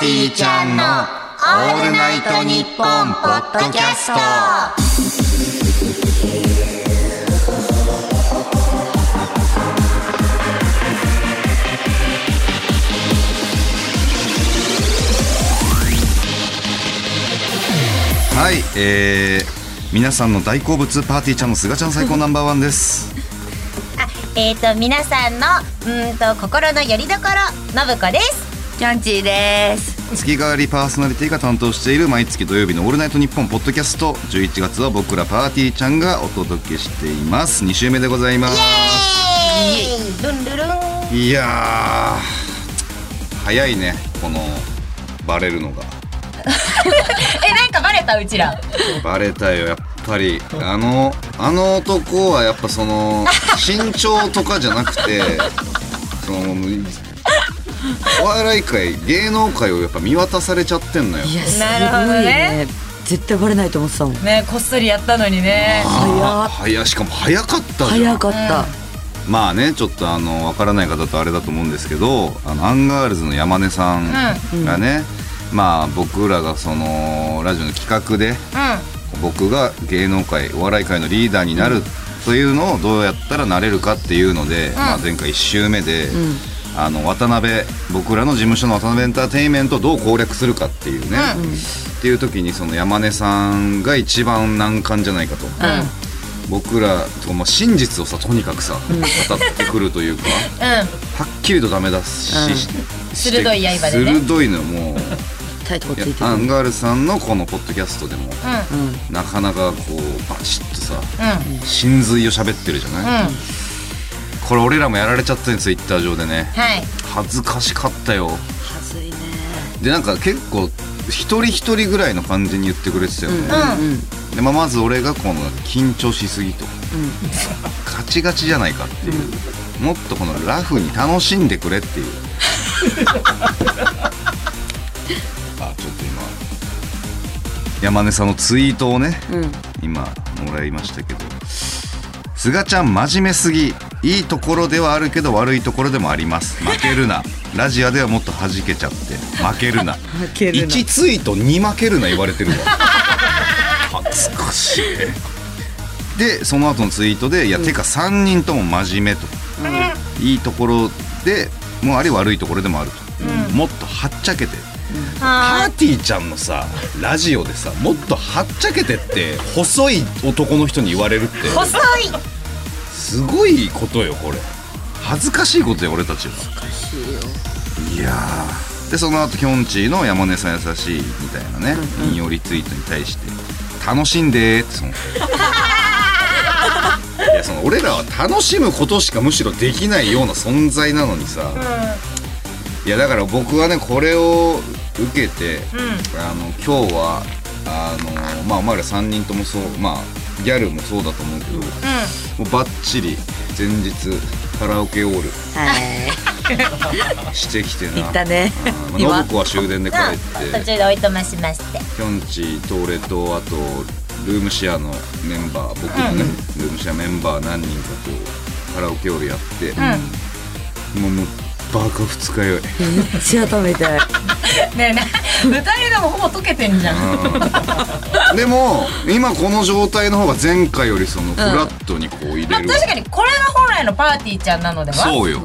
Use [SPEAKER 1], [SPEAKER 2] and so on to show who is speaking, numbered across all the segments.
[SPEAKER 1] ティーちゃんのオールナイトニッポンポッドキャスト
[SPEAKER 2] はい、えー、皆さんの大好物パーティーちゃんのすがちゃん最高ナンバーワ ンです。
[SPEAKER 3] あえっ、と皆さんのうーんと心の拠り所信子です。
[SPEAKER 4] キャンチーです。
[SPEAKER 2] 月替わりパーソナリティが担当している毎月土曜日のオールナイトニッポンポッドキャスト11月は僕らパーティーちゃんがお届けしています。2週目でございます。
[SPEAKER 3] ルンルルン。
[SPEAKER 2] いやー、早いねこのバレるのが。
[SPEAKER 3] えなんかバレたうちら。
[SPEAKER 2] バレたよやっぱりあのあの男はやっぱそ の身長とかじゃなくてそのお笑い界芸能界をやっぱ見渡されちゃってんのよ
[SPEAKER 4] いや、すご
[SPEAKER 3] なるほど
[SPEAKER 4] い
[SPEAKER 3] ね
[SPEAKER 4] ね。絶対バレないと思ってたもん。
[SPEAKER 3] ねこっそりやったのにね。
[SPEAKER 2] あー早しかも早かったじゃ
[SPEAKER 4] 早
[SPEAKER 2] ん
[SPEAKER 4] かった。
[SPEAKER 2] まあねちょっとあのわからない方とあれだと思うんですけどあのアンガールズの山根さんがね、まあ僕らがそのラジオの企画で
[SPEAKER 3] う
[SPEAKER 2] 僕が芸能界お笑い界のリーダーになるというのをどうやったらなれるかっていうので、まあ、前回1周目で、あの渡辺僕らの事務所の渡辺エンターテインメントをどう攻略するかっていうね、っていう時にその山根さんが一番難関じゃないかと。僕らと、まあ、真実をさとにかくさ語ってくるというか
[SPEAKER 3] んうん。
[SPEAKER 2] はっきりとダメだし、して
[SPEAKER 3] 鋭い刃でね
[SPEAKER 2] 鋭いのよもう
[SPEAKER 4] タイトル
[SPEAKER 2] いや
[SPEAKER 4] ついて
[SPEAKER 2] ア
[SPEAKER 4] る。
[SPEAKER 2] ンガールズさんのこのポッドキャストでも、
[SPEAKER 3] う
[SPEAKER 2] なかなかこうバチッとさ、
[SPEAKER 3] う
[SPEAKER 2] 真髄を喋ってるじゃない、
[SPEAKER 3] うん
[SPEAKER 2] これ俺らもやられちゃったんですよツイッター上でね
[SPEAKER 3] はい。
[SPEAKER 2] 恥ずかしかったよ
[SPEAKER 4] はずいね。
[SPEAKER 2] でなんか結構一人一人ぐらいの感じに言ってくれてたよね、
[SPEAKER 3] うん。
[SPEAKER 2] でまあ、まず俺がこの緊張しすぎと、ガチガチじゃないかっていう、もっとこのラフに楽しんでくれっていうあちょっと今山根さんのツイートをね、今もらいましたけど「すがちゃん真面目すぎいいところではあるけど悪いところでもあります負ける な」ラジアではもっと弾けちゃって負けるな
[SPEAKER 4] 負けるな
[SPEAKER 2] 1ツイート2負けるな言われてるわ恥ずかしいでその後のツイートで「いや、てか3人とも真面目と」いいところでもあり悪いところでもあると、もっとはっちゃけて、パーティーちゃんのさラジオでさもっとはっちゃけてって細い男の人に言われるって
[SPEAKER 3] 細い。
[SPEAKER 2] すごいことよこれ恥ずかしいことよ俺たちは恥ずかしいよいやーでその後きょんちぃの「山根さん優しい」みたいなね引用リツイートに対して「楽しんで」って そのいやその俺らは楽しむことしかむしろできないような存在なのにさ、いやだから僕はねこれを受けて、あの今日はあのまあお前ら3人ともそうまあギャルもそうだと思うけど、もうバッチリ前日カラオケオール
[SPEAKER 4] はい。
[SPEAKER 2] してきてな
[SPEAKER 4] 行ったね
[SPEAKER 2] うんまあ
[SPEAKER 4] 今
[SPEAKER 2] 信子は終電で帰
[SPEAKER 3] うん。途
[SPEAKER 2] っ
[SPEAKER 3] 中
[SPEAKER 2] て
[SPEAKER 3] でおいとましまして。
[SPEAKER 2] きょんちと俺とあとルームシェアのメンバー僕のね、ルームシェアメンバー何人かこうカラオケオールやって、もうもうバカ二日酔い
[SPEAKER 4] めっちゃ食べたい。
[SPEAKER 3] ねえねえ。二人ともほぼ溶けてんじゃん。
[SPEAKER 2] でも今この状態の方が前回よりそのフラットにこう入
[SPEAKER 3] まあ
[SPEAKER 2] れる、
[SPEAKER 3] 確かにこれが本来のパーティーちゃんなのでは。
[SPEAKER 2] そうよ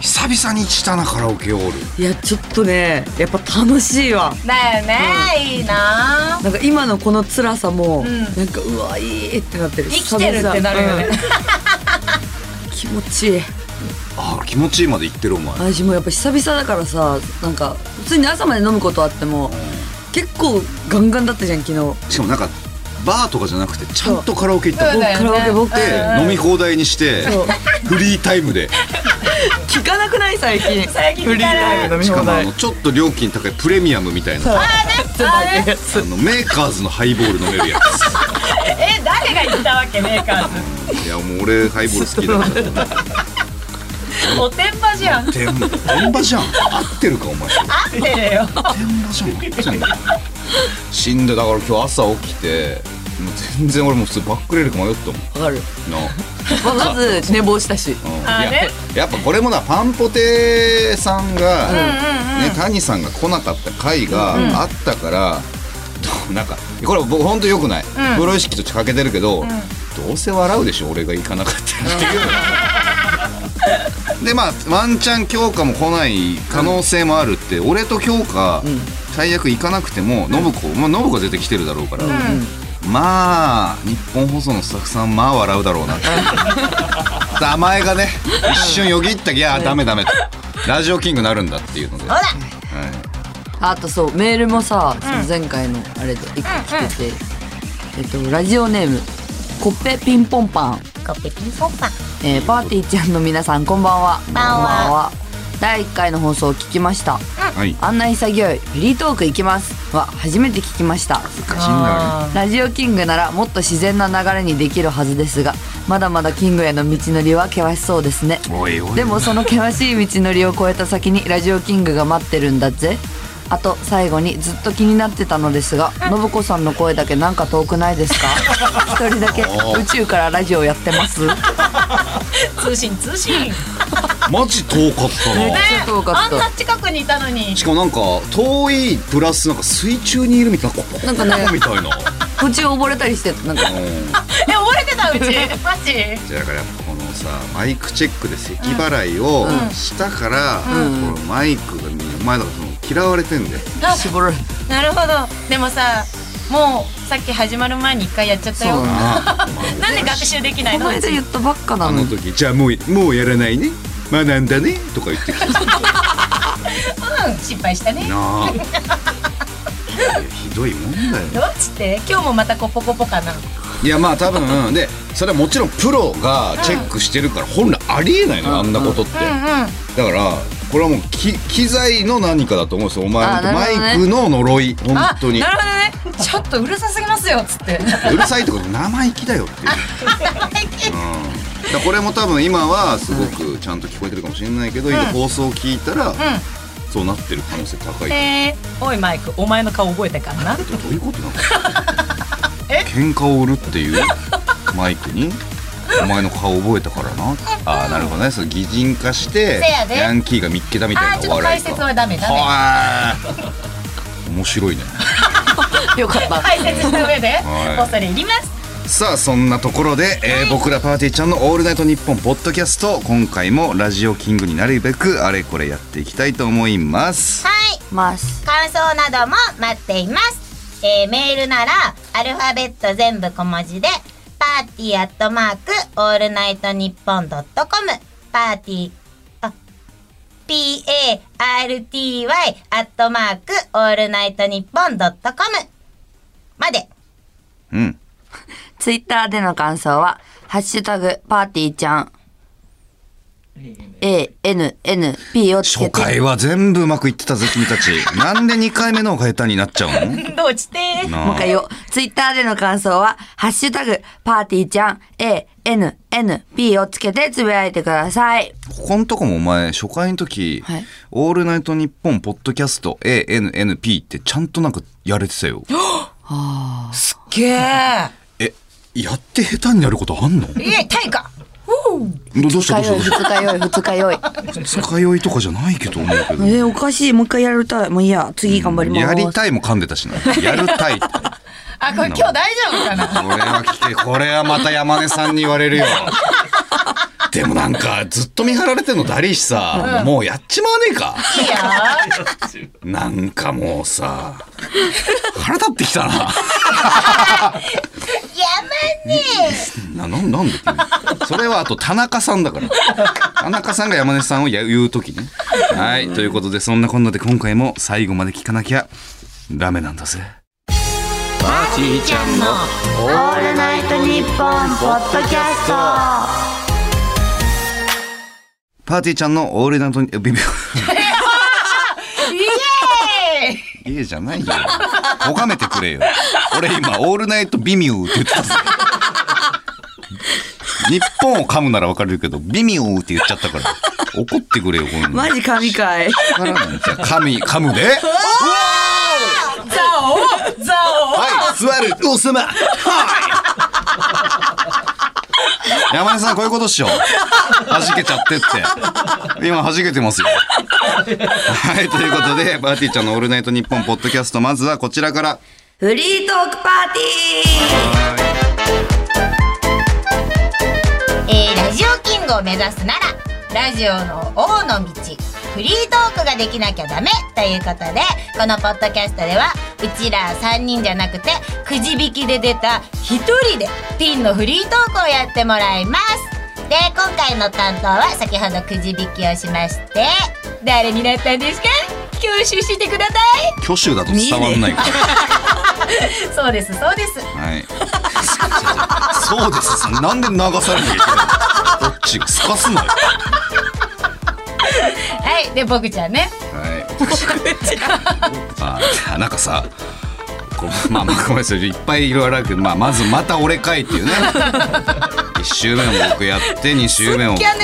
[SPEAKER 2] 久々にしたなカラオケオール
[SPEAKER 4] いや、ちょっとね、やっぱ楽しいわ。
[SPEAKER 3] だよね。いいな。
[SPEAKER 4] なんか今のこの辛さも、なんかうわいいってなってる。
[SPEAKER 3] 生きてるってなるよね
[SPEAKER 4] 久々。う ん気持ちいい。
[SPEAKER 2] ああ気持ちいいまでいってるお前
[SPEAKER 4] 私もやっぱ久々だからさ、なんか普通に朝まで飲むことあっても、結構ガンガンだったじゃん昨日。
[SPEAKER 2] しかもなんかバーとかじゃなくてちゃんとカラオケ行った
[SPEAKER 3] そう
[SPEAKER 2] の
[SPEAKER 3] だよね
[SPEAKER 4] カラオケ僕
[SPEAKER 2] で飲み放題にして
[SPEAKER 4] そう
[SPEAKER 2] フリータイム で
[SPEAKER 4] 聞かなくない 最近。
[SPEAKER 3] 最近聞かない
[SPEAKER 4] フリータイム飲み
[SPEAKER 2] しか
[SPEAKER 4] 放
[SPEAKER 2] もあ
[SPEAKER 4] 題
[SPEAKER 2] の。ちょっと料金高いプレミアムみたいなあ
[SPEAKER 4] ちょっと待ってやつ
[SPEAKER 2] のメーカーズのハイボール飲めるや
[SPEAKER 3] え誰が言ったわけねえか。
[SPEAKER 2] ついやもう俺ハイボール好きだから
[SPEAKER 3] おてんばじゃん。
[SPEAKER 2] 天天場じゃん合ってるかお前
[SPEAKER 3] 合ってるよ。
[SPEAKER 2] 天馬じゃん死んでだから今日朝起きてもう全然俺もう普通バックレるか迷ったもん
[SPEAKER 4] わかる
[SPEAKER 2] な
[SPEAKER 4] まあまず寝坊したし
[SPEAKER 2] うん
[SPEAKER 3] あ
[SPEAKER 2] いや
[SPEAKER 3] ね
[SPEAKER 2] やっぱこれもなパンポテさんが、ね、谷さんが来なかった回があったから、どうなんかこれ僕本当よくない、プロ意識と欠けてるけど、どうせ笑うでしょ俺が行かなかったらって いうのがでまあワンチャン強化も来ない可能性もあるって、俺と強化、最悪行かなくても信子、まあ、信子は絶対来てるだろうから、まあ日本放送のスタッフさんまあ笑うだろうなって名前がね一瞬よぎったきゃダメダメとラジオキングなるんだっていうので、
[SPEAKER 3] ほ
[SPEAKER 2] はい、
[SPEAKER 3] ら
[SPEAKER 4] あとそうメールもさ、その前回のあれで一個来てて、えっとラジオネームコッペピンポンパン
[SPEAKER 3] コッペピンポンパン
[SPEAKER 4] えーパーティーちゃんの皆さんこんばんはこん
[SPEAKER 3] ばんは
[SPEAKER 4] 第1回の放送を聞きました
[SPEAKER 2] はい、
[SPEAKER 4] あんな潔いフリートーク行きますは初めて聞きました
[SPEAKER 2] 難しいんだよね
[SPEAKER 4] ラジオキングならもっと自然な流れにできるはずですがまだまだキングへの道のりは険しそうですね
[SPEAKER 2] おいおい
[SPEAKER 4] でもその険しい道のりを越えた先にラジオキングが待ってるんだぜあと最後にずっと気になってたのですが信子さんの声だけなんか遠くないですか一人だけ宇宙からラジオやってますめっち
[SPEAKER 5] 通信通信
[SPEAKER 2] マジ遠かったな
[SPEAKER 4] ゃ遠か
[SPEAKER 5] あ
[SPEAKER 4] っ
[SPEAKER 5] んな
[SPEAKER 4] た
[SPEAKER 5] 近くにいたのに
[SPEAKER 2] しかもなんか遠いプラスなんか水中にいるみたいなここ
[SPEAKER 4] なんかね
[SPEAKER 2] みたいな、
[SPEAKER 4] 途中溺れたりしてなんか
[SPEAKER 2] うん
[SPEAKER 5] え溺れてたうちマジ
[SPEAKER 2] じゃあだからやっぱこのさマイクチェックで咳払いをしたから、このマイクがねお前だからその嫌われてんだよ
[SPEAKER 4] 絞られ
[SPEAKER 5] なるほどでもさもうさっき始まる前に一回やっちゃった
[SPEAKER 4] そう
[SPEAKER 5] よ
[SPEAKER 4] なの
[SPEAKER 2] あ
[SPEAKER 5] なんで学習できない
[SPEAKER 4] こ
[SPEAKER 5] の
[SPEAKER 4] の間言ったばっかな
[SPEAKER 2] あ
[SPEAKER 4] の
[SPEAKER 2] の
[SPEAKER 4] に
[SPEAKER 2] 時じゃあもうもうやらないね学んだねとか言ってきて
[SPEAKER 5] うん失敗したね
[SPEAKER 2] なあいやひどいもんだよ
[SPEAKER 5] どっちって今日もまたコポコポかない
[SPEAKER 2] やまあ多分でそれはもちろんプロがチェックしてるから本来ありえないのよあんなことってだからこれはもうき機材の何かだと思うんですよお前
[SPEAKER 4] あなるほ
[SPEAKER 2] マ
[SPEAKER 4] どね
[SPEAKER 2] イクの呪い本
[SPEAKER 5] あ
[SPEAKER 2] 当に
[SPEAKER 5] なるほどねちょっとうるさすぎますよっつって
[SPEAKER 2] うるさいとか生意気だよって いううんだからこれも多分今はすごくちゃんと聞こえてるかもしれないけど、今放送を聞いたら、そうなってる可能性高い、
[SPEAKER 5] えー、おいマイクお前の顔覚えたからな
[SPEAKER 2] どういうことなの 喧嘩を売るっていうマイクにお前の顔覚えたからなああなるほどねその擬人化して
[SPEAKER 3] せやで
[SPEAKER 2] ヤンキーが見っけたみた
[SPEAKER 5] あー
[SPEAKER 2] い
[SPEAKER 5] ち
[SPEAKER 2] な
[SPEAKER 5] ょっ
[SPEAKER 2] お
[SPEAKER 5] と
[SPEAKER 2] 笑い
[SPEAKER 5] 解
[SPEAKER 2] か
[SPEAKER 5] 説はダメダメ
[SPEAKER 2] はーい面白いね
[SPEAKER 4] よかった
[SPEAKER 5] 解説した上で
[SPEAKER 2] はい
[SPEAKER 5] もうそれいります
[SPEAKER 2] さあそんなところで、えー僕らパーティーちゃんの「オールナイトニッポン」ポッドキャスト今回もラジオキングになるべくあれこれやっていきたいと思います
[SPEAKER 3] はい
[SPEAKER 4] ます
[SPEAKER 3] 感想なども待っています。えーメールなら、アルファベット全部小文字で、パーティーアットマーク、オールナイトニッポンドットコム、パーティー、あ、p-a-r-t-y アットマーク、オールナイトニッポンドットコム、まで。
[SPEAKER 2] うん
[SPEAKER 4] ツイッターでの感想は「ハッシュタグパーティーちゃん」ANNP をつけ
[SPEAKER 2] 初
[SPEAKER 4] て
[SPEAKER 2] 回は全部うまくいってたぜ君たちなんで2回目の方が下手になっちゃう の
[SPEAKER 5] どうして
[SPEAKER 2] なあ
[SPEAKER 4] もう一回よ。ツイッターでの感想は、ハッシュタグ、パーティーちゃん、A、N、N、P をつけてつぶやいてください。
[SPEAKER 2] ここのとこもお前初回の時、
[SPEAKER 4] はい
[SPEAKER 2] オールナイトニッポン」ポッドキャスト ANNP ってちゃんとなんかやれてたよ
[SPEAKER 5] けー
[SPEAKER 2] えやって下手になることあんのど
[SPEAKER 5] いえ対価
[SPEAKER 2] どうしたどうしたどうし
[SPEAKER 4] 二日酔い、二日酔い。
[SPEAKER 2] た二日酔いとかじゃないけど思うけど
[SPEAKER 4] えー、おかしい。もう一回やりた い。もういいや。次頑張ります。
[SPEAKER 2] やりたいも噛んでたしな。やるたいって。
[SPEAKER 5] あこれ今日大丈 夫かな
[SPEAKER 2] これは聞け、これはまた山根さんに言われるよ。でもなんか、ずっと見張られてんのだりしさ、もうやっちまわねえか。
[SPEAKER 5] いいよ
[SPEAKER 2] なんかもうさ、腹立ってきたな。
[SPEAKER 3] やまね
[SPEAKER 2] な、なん、なんでって言うのそれはあと田中さんだから。田中さんが山根さんをや言うときね。はい、ということで、そんなこんなで今回も最後まで聞かなきゃダメなんだぜ。
[SPEAKER 1] オールナイトニッポンポッドキャスト
[SPEAKER 2] パーティーちゃんのオールナイトに、え 微妙。
[SPEAKER 5] イエーイ
[SPEAKER 2] いえじゃないよ。とがめてくれよ。俺今、オールナイトビミューって言ってたぜ。日本を噛むならわかるけど、ビミューって言っちゃったから。怒ってくれよ、こんなの。
[SPEAKER 4] マジ神回。
[SPEAKER 2] わからないじゃあ噛み、噛むで。
[SPEAKER 5] ザオザオ
[SPEAKER 2] はい、座る王様はい山根さんこういうことっしょ弾けちゃってって今弾けてますよはいということでパーティーちゃんの「オールナイトニッポン」ポッドキャストまずはこちらから
[SPEAKER 4] フリートークパーテ
[SPEAKER 3] えーラジオキングを目指すならラジオの王の道フリートークができなきゃダメということでこのポッドキャストではうちら3人じゃなくてくじ引きで出た1人でピンのフリートークをやってもらいますで今回の担当は先ほどくじ引きをしまして誰になったんですか教習してください
[SPEAKER 2] 挙手だと伝わんないから
[SPEAKER 3] そうですそうです
[SPEAKER 2] はい。そうです。なんで流されなきゃいけないの。どっちがすかすなよ。
[SPEAKER 3] はいで僕ちゃんね
[SPEAKER 2] はい。 あ、なんかさ。こうまあまあごめんなさいいっぱいいろいろあるけど、まあ、まずまた俺かいって いうね1周目も僕やって2周目も僕で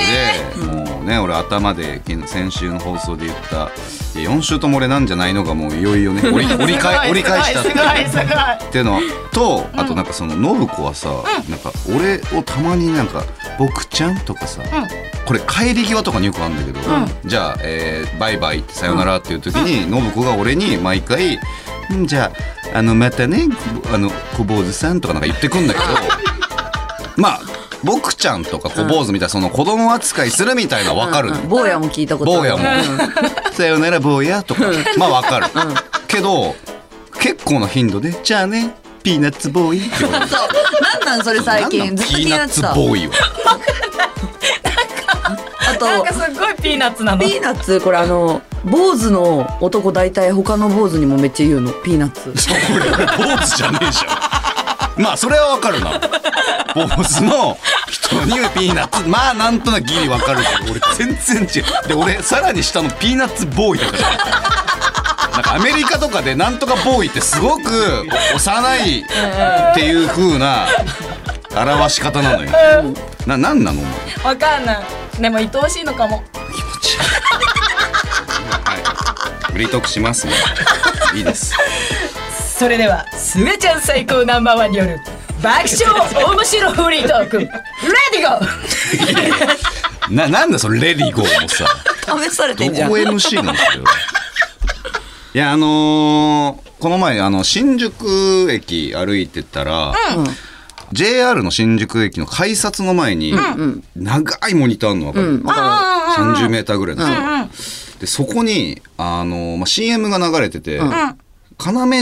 [SPEAKER 2] もうね俺頭で先週の放送で言った4週とも俺なんじゃないのがもういよいよね折り 折り返折り返したっていう
[SPEAKER 5] すごいすご
[SPEAKER 2] っ
[SPEAKER 5] い
[SPEAKER 2] ていうのとあとなんかその信子はさ、なんか俺をたまになんか「僕ちゃん」とかさ、これ帰り際とかによくあるんだけど、じゃあ、えーバイバイ」さよなら」っていう時に、信子が俺に毎回「うんじゃああのまたねあの小坊主さん」とかなんか言ってくん だけどまあ僕ちゃんとか小坊主みたいなその子供扱いするみたいなのは分かるのよ
[SPEAKER 4] ィー坊やも聞いたことあ
[SPEAKER 2] 坊
[SPEAKER 4] る
[SPEAKER 2] やも「さよなら坊や」とかまあわかるけど結構な頻度で「じゃあねピーナッツボーイ」って言われる
[SPEAKER 4] なんなんそれ最
[SPEAKER 2] なん
[SPEAKER 4] 近
[SPEAKER 2] なん
[SPEAKER 4] ずっと気になってたあ
[SPEAKER 2] ピーナッツボーイは
[SPEAKER 5] なん
[SPEAKER 4] と
[SPEAKER 5] かすっごいピーナッツなの
[SPEAKER 4] ピーナッツこれあの坊主の男大体他の坊主にもめっちゃ言うのピーナッツ
[SPEAKER 2] そう俺俺坊主じゃねえじゃんまあそれはわかるな坊主の人にはピーナッツまあなんとなくギリわかるけど俺全然違うで俺さらに下のピーナッツボーイだからなんかアメリカとかでなんとかボーイってすごく幼いっていう風な表し方なのよななんなのお前
[SPEAKER 5] わかんないでも愛おしいのかも
[SPEAKER 2] 気持ちはいフリートークしますねいいです
[SPEAKER 5] それではすがちゃん最高ナンバーワンによる爆笑面白フリートークレディゴー
[SPEAKER 2] ななんだそのレディゴーもさ
[SPEAKER 4] 試され
[SPEAKER 2] ど
[SPEAKER 4] て
[SPEAKER 2] こ
[SPEAKER 4] んじゃん
[SPEAKER 2] MC なんですよ。いやあのーこの前あの新宿駅歩いてたら、JR の新宿駅の改札の前に、長いモニターあるの分かる、
[SPEAKER 4] うん
[SPEAKER 2] 30メーターぐらいのさ、でそこにあのーまあ CM が流れてて、要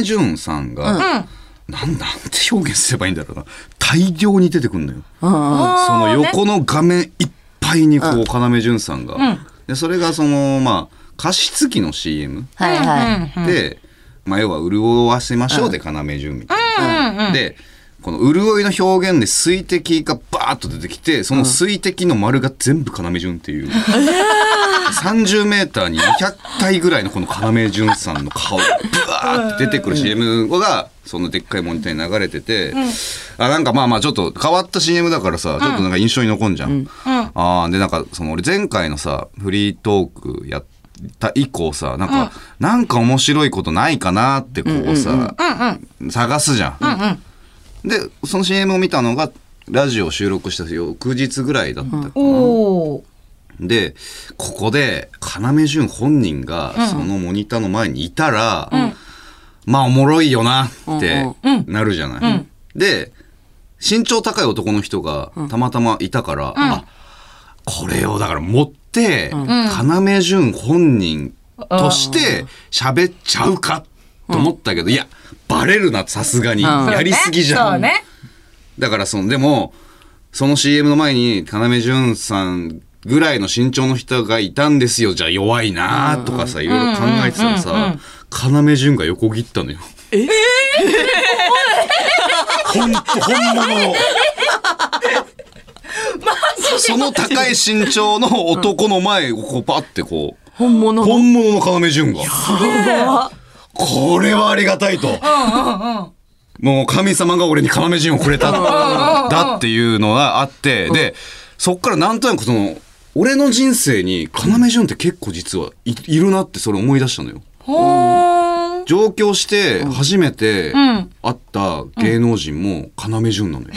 [SPEAKER 2] 潤さんが、なんなんて表現すればいいんだろうな大量に出てくるのよ。
[SPEAKER 4] うんうん
[SPEAKER 2] その横の画面いっぱいにこう要潤さんが、でそれがそのまあ加湿器の CM
[SPEAKER 4] はいはい
[SPEAKER 2] で、まあ、要は潤わせましょうで要潤みたいな、でこの潤いの表現で水滴がバーッと出てきてその水滴の丸が全部要潤っていう、30メーターに200体ぐらいのこの要潤さんの顔がブワーって出てくる CM がそのでっかいモニターに流れてて、あなんかまあまあちょっと変わった CM だからさちょっとなんか印象に残んじゃん。あーでなんかその俺前回のさフリートークやった以降さなんか、なんか面白いことないかなってこうさ、探すじゃんでその CM を見たのがラジオを収録した翌日ぐらいだったかな、でここで要潤本人がそのモニターの前にいたら、まあおもろいよなってなるじゃない。で身長高い男の人がたまたまいたから、あこれをだから持って、要潤本人として喋っちゃうかと思ったけど、いやバレるなさすがに、やりすぎじゃん。
[SPEAKER 5] そうね
[SPEAKER 2] だからそのでもその CM の前に要潤さんぐらいの身長の人がいたんですよじゃあ弱いなとかさいろいろ考えてたらさ要潤が横切ったのよ。えほんと 本物のその高い身長の男の前をこうパッてこう
[SPEAKER 4] 本物の
[SPEAKER 2] 本物の要潤がこれはありがたいと。もう神様が俺に要人をくれただっていうのがあって、で、そっからなんとなくその、俺の人生に要潤って結構実はいいるなってそれ思い出したのよ。
[SPEAKER 5] ほーん
[SPEAKER 2] 上京して初めて会
[SPEAKER 4] ん
[SPEAKER 2] った芸能人も要潤なのよ。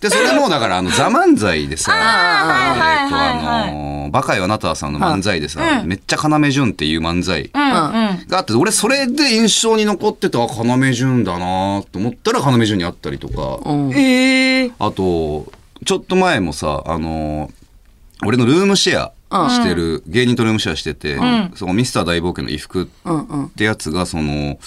[SPEAKER 2] でそれもだからあの「ザ漫才でさえっとあのーバカよあなたはさんの漫才でさ、めっちゃ要潤っていう漫才があって俺それで印象に残ってたあ要潤だなと思ったら要潤に会ったりとか、
[SPEAKER 4] うん
[SPEAKER 2] あとちょっと前もさあのー俺のルームシェアしてる、芸人とルームシェアしてて、そのミスター大冒険の衣服
[SPEAKER 4] うんうん
[SPEAKER 2] ってやつがその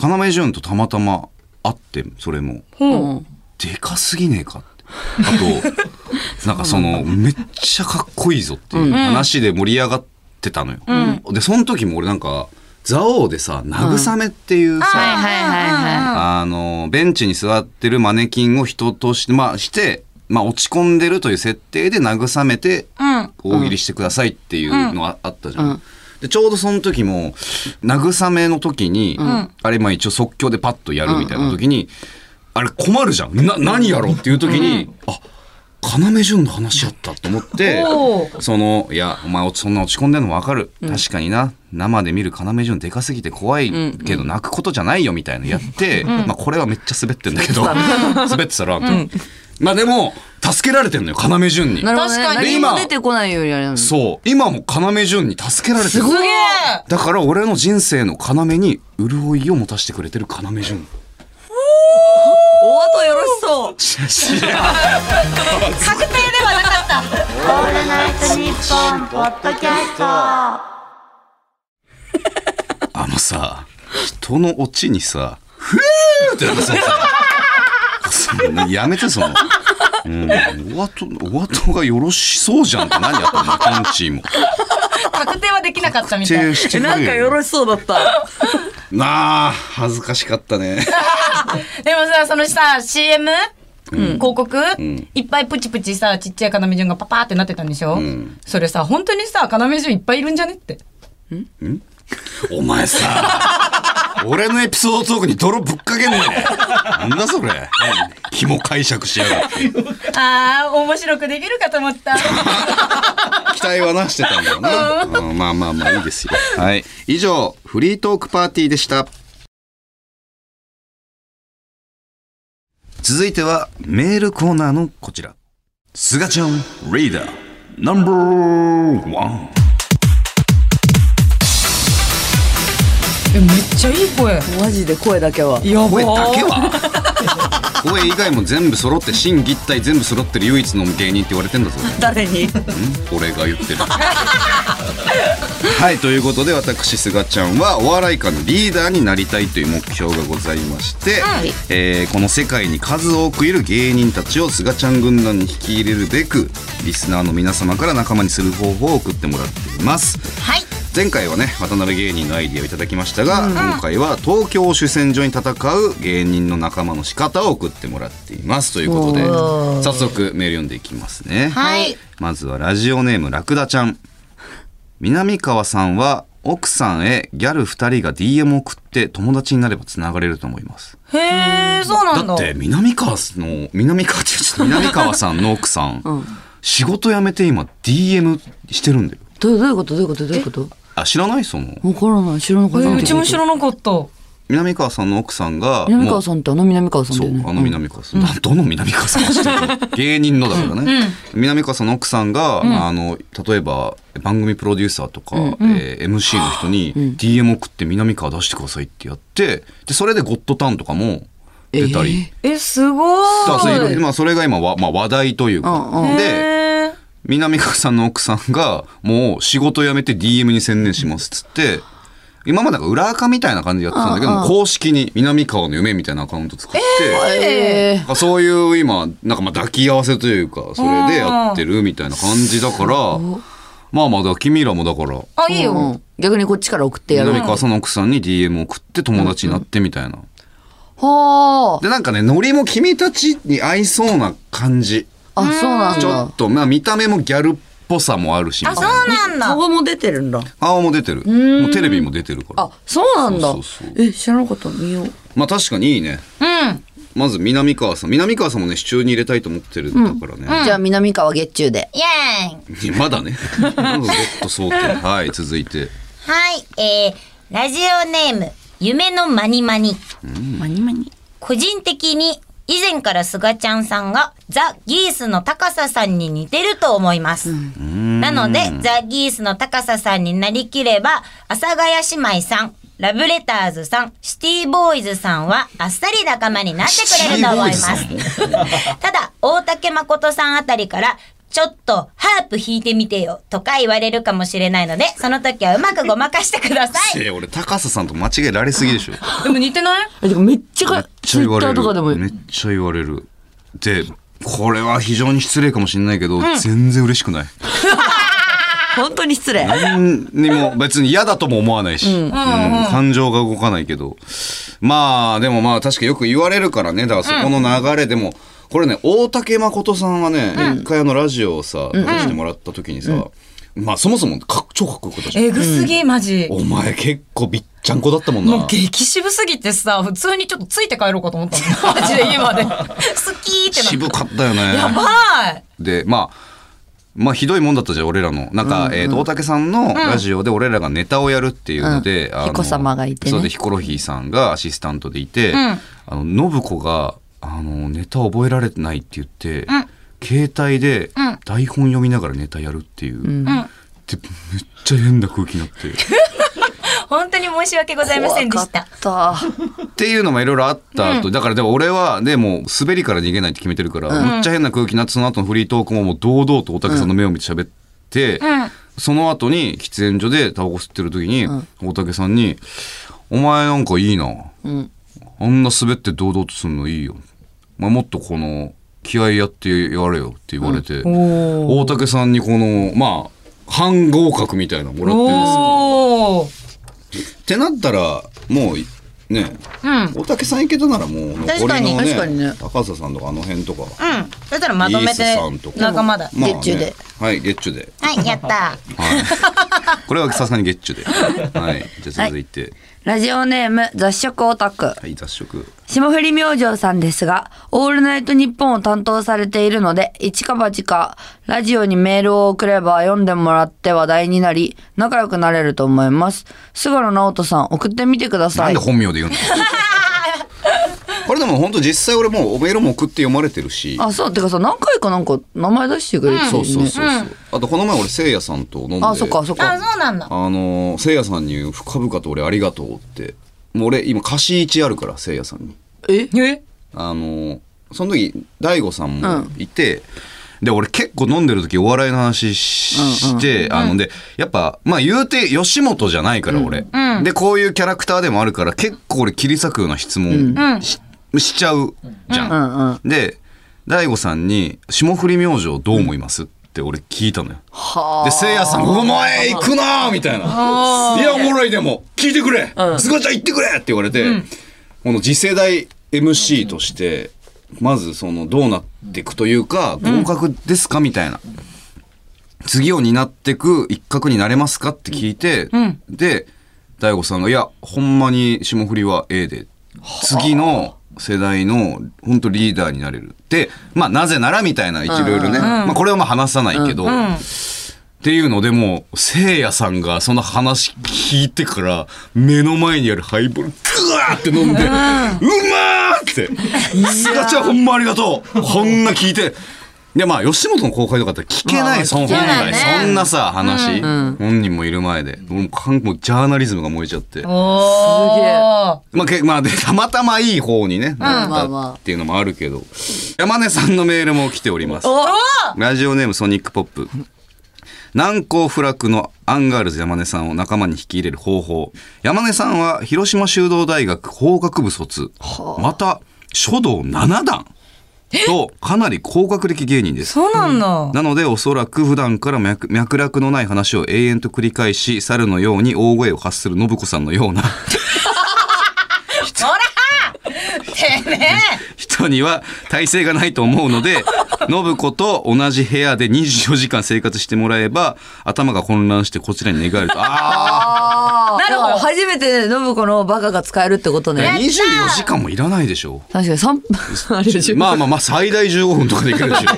[SPEAKER 2] 要潤とたまたま会ってそれも。
[SPEAKER 4] うん
[SPEAKER 2] でかすぎねえかってあ となんかそのめっちゃかっこいいぞっていう話で盛り上がってたのよ、でその時も俺なんか蔵王でさ「慰め」っていうさ、
[SPEAKER 4] はいはいはいはい
[SPEAKER 2] あのベンチに座ってるマネキンを人として,、まあ、してまあ、落ち込んでるという設定で慰めて大喜利してくださいっていうのがあったじゃん。でちょうどその時も慰めの時に、あれまあ一応即興でパッとやるみたいな時に、あれ困るじゃんな何やろうっていう時に、あ要潤の話やったと思って
[SPEAKER 5] お
[SPEAKER 2] そのいやお前そんな落ち込んでるの分かる、確かにな生で見る要潤でかすぎて怖いけど泣くことじゃないよみたいなやって、まあ、これはめっちゃ滑ってんだけど 滑ってたら、まあでも助けられてんのよ要潤に
[SPEAKER 4] なるほどね
[SPEAKER 5] 確か
[SPEAKER 2] に
[SPEAKER 4] 何も出てこないよりあれなの
[SPEAKER 2] そう今も要潤に助けられてる
[SPEAKER 5] すげえ
[SPEAKER 2] だから俺の人生の要に潤いを持たせてくれてる要潤
[SPEAKER 4] お後よろしそう
[SPEAKER 5] 確定ではなかった
[SPEAKER 1] オールナイトニッポンポッドキャスト
[SPEAKER 2] あのさ、人のオチにさ、ふえーってなんかさ、そのやめてその、うん、お後、お後がよろしそうじゃんって何やったのキャンチーも。
[SPEAKER 5] 確定はできなかったみ
[SPEAKER 2] 否
[SPEAKER 5] たい
[SPEAKER 2] 定してく
[SPEAKER 4] え
[SPEAKER 2] れ
[SPEAKER 4] なんかよろしそうだった
[SPEAKER 2] なあ、恥ずかしかったね。
[SPEAKER 5] でもさそのさ CM 広告、いっぱいプチプチさちっちゃい要潤がパパーってなってたんでしょ、それさ本当にさ要潤いっぱいいるんじゃねって
[SPEAKER 2] お前さ、俺のエピソードトークに泥ぶっかけんねなんだそれ。紐解釈しやがって。
[SPEAKER 5] あー面白くできるかと思った
[SPEAKER 2] 期待はなしてたんだよな。うんまあまあまあいいですよ。はい。以上、フリートークパーティーでした。続いてはメールコーナーのこちら。すがちゃん、リーダー、ナンバーワン。
[SPEAKER 5] えめっちゃいい声
[SPEAKER 4] マジで声だけは
[SPEAKER 5] やば
[SPEAKER 2] 声だけは 声以外も全部揃って、心技体全部揃ってる唯一の芸人って言われてんだぞ。
[SPEAKER 4] 誰に
[SPEAKER 2] 俺が言ってるはいということで私すがちゃんはお笑い界のリーダーになりたいという目標がございまして、えーこの世界に数多くいる芸人たちをすがちゃん軍団に引き入れるべくリスナーの皆様から仲間にする方法を送ってもらっています
[SPEAKER 3] はい
[SPEAKER 2] 前回はね渡辺芸人のアイディアをいただきましたが、今回は東京主戦場に戦う芸人の仲間の仕方を送ってもらっていますということで早速メール読んでいきますね
[SPEAKER 3] はい
[SPEAKER 2] まずはラジオネームラクダちゃん南川さんは奥さんへギャル2人が DM を送って友達になればつながれると思います
[SPEAKER 5] へえそうなん
[SPEAKER 2] だ
[SPEAKER 5] だ
[SPEAKER 2] って南川の南川って言っちゃった南川さんの奥さん、仕事辞めて今 DM してるんだよ
[SPEAKER 4] どうどういうことどういうことどういうこと
[SPEAKER 2] あ知らないその
[SPEAKER 4] わからない知らなかっ
[SPEAKER 5] え
[SPEAKER 4] た
[SPEAKER 5] ーうちも知らなかった
[SPEAKER 2] 南川さんの奥さんが
[SPEAKER 4] 南川
[SPEAKER 2] もう
[SPEAKER 4] さんってあの南川さんだ
[SPEAKER 2] そう
[SPEAKER 4] よね
[SPEAKER 2] あの南川さん、あどの南川さんか知らない 芸人のだからね、南川さんの奥さんが、あの例えば番組プロデューサーとか、えー MC の人に DM 送って南川出してくださいってやってでそれで「ゴッドタウン」とかも出たり、
[SPEAKER 5] えすご
[SPEAKER 2] だからそうい
[SPEAKER 5] ー
[SPEAKER 2] ろ
[SPEAKER 5] い
[SPEAKER 2] いろまあ、それが今わ、まあ、話題という
[SPEAKER 4] うん
[SPEAKER 2] かで
[SPEAKER 4] う
[SPEAKER 5] へー
[SPEAKER 2] 南川さんの奥さんがもう仕事辞めて DM に専念しますっつって。今までなんか裏垢みたいな感じでやってたんだけども公式に南川の夢みたいなアカウント作って、
[SPEAKER 4] え
[SPEAKER 2] なんかそういう今なんかまあ抱き合わせというかそれでやってるみたいな感じだからまあまあだから君らもだから
[SPEAKER 5] あいい
[SPEAKER 4] え
[SPEAKER 5] よ、
[SPEAKER 4] うん逆にこっちから送ってやる
[SPEAKER 2] 南川さんの奥さんに DM 送って友達になってみたいな
[SPEAKER 4] は
[SPEAKER 2] でなんかねノリも君たちに合いそうな感じ
[SPEAKER 4] ああそうなん
[SPEAKER 2] ちょ
[SPEAKER 4] だ
[SPEAKER 2] っとまあ見た目もギャルっぽさもあるしみたいな
[SPEAKER 3] なんだ
[SPEAKER 4] 顔も出てるんだ
[SPEAKER 2] 顔も出てるもうテレビも出てるから
[SPEAKER 4] あそうなんだ
[SPEAKER 2] そうそうそう
[SPEAKER 4] え知らなかった見よう
[SPEAKER 2] まあ確かにいいね
[SPEAKER 5] うん
[SPEAKER 2] まず南川さん南川さんもね支柱に入れたいと思ってるんだからね
[SPEAKER 4] じゃあ南川月中で
[SPEAKER 3] イエー イ
[SPEAKER 2] いやまだねまだずっと想定はい続いて
[SPEAKER 3] はい、えー、ラジオネーム、夢のまにまに。
[SPEAKER 4] マニマニ。
[SPEAKER 3] 個人的に、以前からすがちゃんさんがザ・ギースの高ささんに似てると思います。なので、ザ・ギースの高ささんになりきれば、阿佐ヶ谷姉妹さん、ラブレターズさん、シティボーイズさんはあっさり仲間になってくれると思います。
[SPEAKER 2] シティボーイ
[SPEAKER 3] ただ、大竹誠さんあたりから、ちょっとハープ弾いてみてよとか言われるかもしれないので、その時はうまくごまかしてく ださい。
[SPEAKER 2] え俺高瀬さんと間違えられすぎでしょ
[SPEAKER 5] でも似てない
[SPEAKER 4] えでもめっちゃ
[SPEAKER 2] めっ
[SPEAKER 4] か、
[SPEAKER 2] ち
[SPEAKER 4] ツ
[SPEAKER 2] ゃ
[SPEAKER 4] イ
[SPEAKER 2] 言わ
[SPEAKER 4] ッタ
[SPEAKER 2] れ
[SPEAKER 4] ーとかでも
[SPEAKER 2] る。めっちゃ言われる。で、これは非常に失礼かもしれないけど、全然嬉しくない。
[SPEAKER 4] 本当に失礼。
[SPEAKER 2] 何にも別に嫌だとも思わないし、うん感情が動かないけど。まあ、でもまあ確かよく言われるからね、だからそこの流れでも、これね、大竹誠さんはね、一回あのラジオをさ、出してもらった時にさ、まあそもそもかっ超かっこよかったじゃん。
[SPEAKER 5] えぐすぎ、マジ。
[SPEAKER 2] お前結構びっちゃんこだったもん
[SPEAKER 5] もう
[SPEAKER 2] な。
[SPEAKER 5] 激渋すぎてさ、普通にちょっとついて帰ろうかと思った の。マジで家まで。好きーってなって。
[SPEAKER 2] 渋かったよね。
[SPEAKER 5] やばい。
[SPEAKER 2] でまあまあひどいもんだったじゃん俺らのなんか、えーと大竹さんのラジオで俺らがネタをやるっていうので、
[SPEAKER 4] うんヒコ様がいてね
[SPEAKER 2] そうでヒコロヒーさんがアシスタントでいて、あの信子があのネタ覚えられてないって言って、携帯で台本読みながらネタやるっていう、でめっちゃ変な空気になって。
[SPEAKER 3] 本当に申し訳ございませんでした。
[SPEAKER 4] た。
[SPEAKER 2] っていうのもいろいろあった後、だからでも俺はでも滑りから逃げないって決めてるから、めっちゃ変な空気になってその後のフリートークももう堂々と大竹さんの目を見て喋って、その後に喫煙所でタバコ吸ってる時に、大竹さんに「お前なんかいいな、あんな滑って堂々とするのいいよ」お前もっとこの気合いやってやれよって言われて、大竹さんにこのまあ半合格みたいなのもらってるんですけど。
[SPEAKER 5] おー。
[SPEAKER 2] ってなったらもうね、大竹さんいけたならもう残りの
[SPEAKER 4] 確かに
[SPEAKER 2] ね
[SPEAKER 4] ね
[SPEAKER 2] 高瀬さんとかあの辺とか、
[SPEAKER 3] うん。そしたらまとめ
[SPEAKER 2] リー
[SPEAKER 3] て
[SPEAKER 2] スさんと、か
[SPEAKER 5] 仲間だ。
[SPEAKER 2] まあね
[SPEAKER 4] 月中で
[SPEAKER 2] はい月中で、
[SPEAKER 3] はい、や った。
[SPEAKER 2] はい、 これはさすがに月中ではいじゃあ続いてはい、
[SPEAKER 4] ラジオネーム、雑食オタク。
[SPEAKER 2] 雑食
[SPEAKER 4] 霜降り明星さんですが、オールナイトニッポンを担当されているので、一か八か、ラジオにメールを送れば読んでもらって話題になり、仲良くなれると思います。菅野直人さん、送ってみてくだ
[SPEAKER 2] な
[SPEAKER 4] さ
[SPEAKER 2] ん
[SPEAKER 4] い
[SPEAKER 2] で。本名で言うの これでも本当実際俺もうおメールも送って読まれてるし
[SPEAKER 4] あ、そう、てかさ、何回かなんか名前出してくれてるよね。
[SPEAKER 2] そうそうそうそう、あとこの前俺せいやさんと飲んで
[SPEAKER 4] あ、そっかそっか。
[SPEAKER 3] あ、そうなんだ。
[SPEAKER 2] あのせいやさんに深々と俺ありがとうってもう俺今貸し1あるからせいやさんに
[SPEAKER 4] え
[SPEAKER 5] え
[SPEAKER 2] あのその時大悟さんもいて、で俺結構飲んでる時お笑いの話しして、あのでやっぱまあ言うて吉本じゃないから俺、でこういうキャラクターでもあるから結構俺切り裂くような質問し,、しちゃうじゃん。
[SPEAKER 4] うんうん。
[SPEAKER 2] で大悟さんに「霜降り明星どう思います?」って俺聞いたのよ。
[SPEAKER 4] は
[SPEAKER 2] でせいやさん「お前行くな!」みたいな「いやおもろいでも聞いてくれすがちゃん行ってくれ!」って言われて、この次世代 MC としてまずそのどうなっていくというか合格ですかみたいな。次を担ってく一角になれますかって聞いて、で大悟さんが「いやほんまに霜降りは A で次の世代の本当リーダーになれる」でまあなぜならみたいないろいろね、まあ、これはまあ話さないけど、っていうのでもうせいやさんがその話聞いてから目の前にあるハイボールグワーって飲んで「うまー!」って「すがちゃんほんまありがとう!」こんな聞いて。でまあ吉本の公開とかって聞けないその本
[SPEAKER 3] な
[SPEAKER 2] 来
[SPEAKER 3] いね
[SPEAKER 2] そんなさ話本人もいる前でもうかんもうジャーナリズムが燃えちゃって
[SPEAKER 5] おー。
[SPEAKER 4] すげえ
[SPEAKER 2] まあけまあでたまたまいい方にねなっ
[SPEAKER 4] まあま
[SPEAKER 2] た
[SPEAKER 4] あ
[SPEAKER 2] っていうのもあるけど山根さんのメールも来ております
[SPEAKER 5] おー
[SPEAKER 2] ラジオネームソニックポップ。難攻不落のアンガールズ山根さんを仲間に引き入れる方法。山根さんは広島修道大学法学部卒。また、書道7段。と、かなり高学歴芸人です。
[SPEAKER 5] そうなんだ。
[SPEAKER 2] なのでおそらく普段から脈脈絡のない話を永遠と繰り返し猿のように大声を発する信子さんのような
[SPEAKER 5] ほらてめえ
[SPEAKER 2] 人には耐性がないと思うので信子と同じ部屋で24時間生活してもらえば頭が混乱してこちらに寝返るとああ
[SPEAKER 4] あ
[SPEAKER 5] なるほど
[SPEAKER 4] だから初めて信子のバカが使えるってことね。
[SPEAKER 2] 24時間もいらないでしょ
[SPEAKER 4] 確か に三分あれでしょ。
[SPEAKER 2] まあまあまあ最大15分とかでいけるでしょ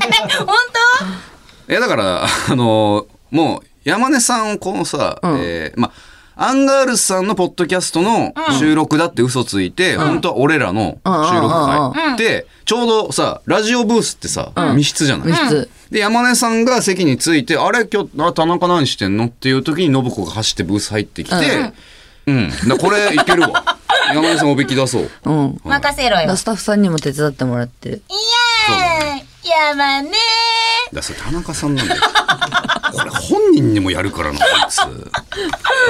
[SPEAKER 5] 本
[SPEAKER 2] いやだからあのもう山根さんをこのさ、えーまあアンガールズさんのポッドキャストの収録だって嘘ついて、本当は俺らの収録会で、ちょうどさ、ラジオブースってさ、密室じゃない
[SPEAKER 4] 密室
[SPEAKER 2] で、山根さんが席について、あれ今日、あ田中何してんのっていう時に信子が走ってブース入ってきて、うん。だこれいけるわ。山根さんおびき出そう。
[SPEAKER 4] うん。
[SPEAKER 3] 任せろよ。イエ
[SPEAKER 4] スタッフさんにも手伝ってもらってる。
[SPEAKER 3] ーイ山根
[SPEAKER 2] だそれ田中さんなんだよこれ本人にもやるからなこいつ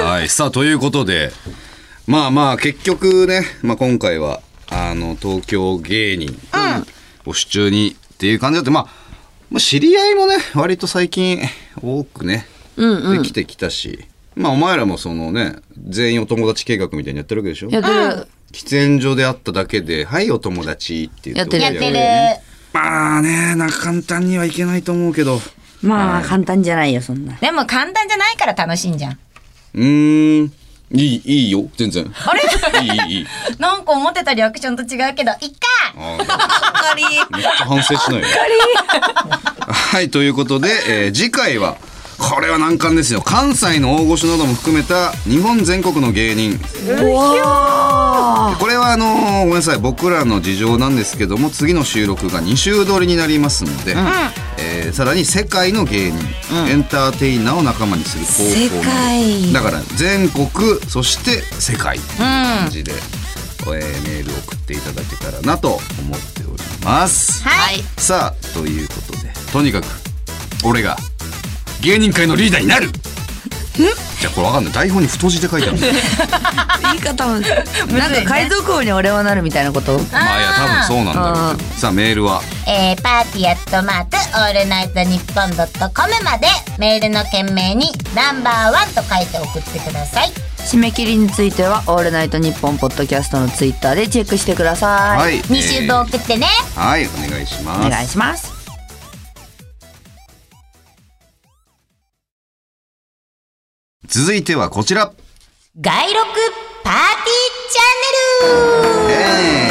[SPEAKER 2] はいさあということでまあまあ結局ね、まあ、今回はあの東京芸人を主中にっていう感じだってまあまあ知り合いもね割と最近多くねできてきたし、まあお前らもそのね全員お友達計画みたいにやってるわけでしょ
[SPEAKER 4] やってる。
[SPEAKER 2] 喫煙所で会っただけで「はいお友達」って言って
[SPEAKER 4] や
[SPEAKER 3] や
[SPEAKER 4] っ
[SPEAKER 3] ってて
[SPEAKER 4] る
[SPEAKER 3] る。
[SPEAKER 2] まあねなんか簡単にはいけないと思うけど
[SPEAKER 4] まあ、簡単じゃないよ、そんな。
[SPEAKER 3] でも簡単じゃないから楽しいんじゃん。
[SPEAKER 2] うーん。いい、いいよ、全然。あれいい、いい、いい。
[SPEAKER 3] なんか思ってたリアクションと違うけど、いっ か
[SPEAKER 2] あーめっちゃ反省しないよ。はい、ということで、えー次回は、これは難関ですよ。関西の大御所なども含めた日本全国の芸人。これはあのーごめんなさい、僕らの事情なんですけども、次の収録が2週撮りになりますので、えーさらに世界の芸人、エンターテイナーを仲間にする方向に。だから全国、そして世界っていう感じで、えーメール送っていただけたらなと思っております。
[SPEAKER 3] はい。
[SPEAKER 2] さあということでとにかく俺が芸人界のリーダーになるじゃあこれわかんない台本に太字で書いてあ るんだよ
[SPEAKER 4] 言い方も、なんか海賊王に俺はなるみたいなこと
[SPEAKER 2] まあいや多分そうなんだろうけどさあメールは
[SPEAKER 3] えー、パーティーアットマークオールナイトニッポンドットコムまでメールの件名にナンバーワンと書いて送ってください。
[SPEAKER 4] 締め切りについては、オールナイトニッポンポッドキャストのツイッターでチェックしてください。
[SPEAKER 2] はい
[SPEAKER 3] 2週分送ってね。
[SPEAKER 2] えーはいお願いし
[SPEAKER 4] お
[SPEAKER 2] ます
[SPEAKER 4] 願いします。
[SPEAKER 2] 続いてはこちら
[SPEAKER 3] 外録パーティーチャンネル
[SPEAKER 2] え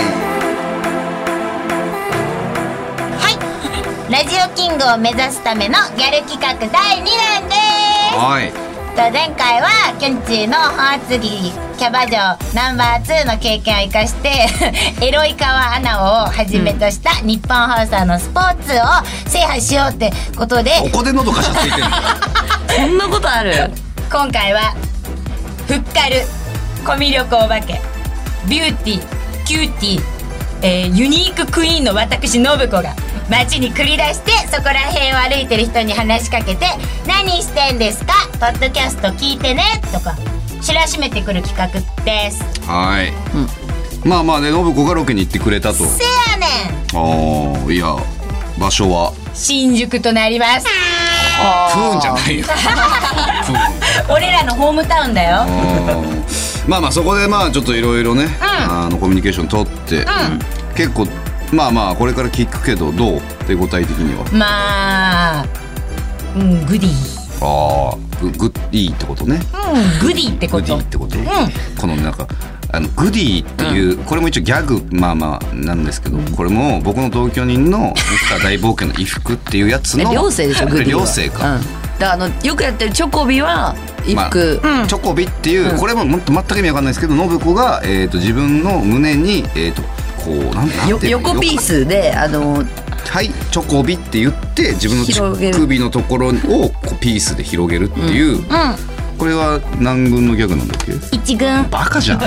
[SPEAKER 3] はい。ラジオキングを目指すためのギャル企画
[SPEAKER 2] ー
[SPEAKER 3] 第2弾です。
[SPEAKER 2] はい
[SPEAKER 3] と前回はきゅんちーの本厚木キャバ嬢ナンバー2の経験を生かして エロい川アナをはじめとした日本放送のスポーツを制覇しようってことで
[SPEAKER 2] ここで喉がしゃついてるんだ
[SPEAKER 4] そんなことある
[SPEAKER 3] 今回はふっかるコミュ力お化けビューティーキューティー、えーユニーククイーンの私信子が街に繰り出してそこら辺を歩いてる人に話しかけて「何してんですかポッドキャスト聞いてね」とか知らしめてくる企画です。
[SPEAKER 2] はい、まあまあね信子がロケに行ってくれたと
[SPEAKER 3] せやねん
[SPEAKER 2] ああいや場所は
[SPEAKER 3] 新宿となります。
[SPEAKER 2] プーンじゃないよプーン
[SPEAKER 3] 俺らのホームタウンだよ。
[SPEAKER 2] うん まあまあそこでまあちょっといろいろね、あのコミュニケーション取って、結構まあまあこれから聞くけどどう手応え的には
[SPEAKER 3] まあ、うん、グディ。
[SPEAKER 2] ああググッいいってことね
[SPEAKER 3] うん、グディってこ
[SPEAKER 2] グディ
[SPEAKER 3] と
[SPEAKER 2] っ。てこと、このなんかあのグディっていう、これも一応ギャグまあまあなんですけどこれも僕の同居人のミスター大冒険の衣服っていうやつの
[SPEAKER 4] 寮生でしょ、グリーンは
[SPEAKER 2] 寮生か、
[SPEAKER 4] うん。だからあの、よくやってるチョコビは、衣服、
[SPEAKER 2] まあチョコビっていう、これももっと全く意味わかんないですけど信子が、えー、と自分の胸に、えー、とこうなんなん
[SPEAKER 4] よ
[SPEAKER 2] ていうの
[SPEAKER 4] 横ピースで、あの、
[SPEAKER 2] はいチョコビって言って自分の
[SPEAKER 4] 広
[SPEAKER 2] 乳
[SPEAKER 4] げる
[SPEAKER 2] 首のところをこうピースで広げるっていう、これは何軍のギャグなんだっけ
[SPEAKER 3] 一軍。
[SPEAKER 2] バカじゃん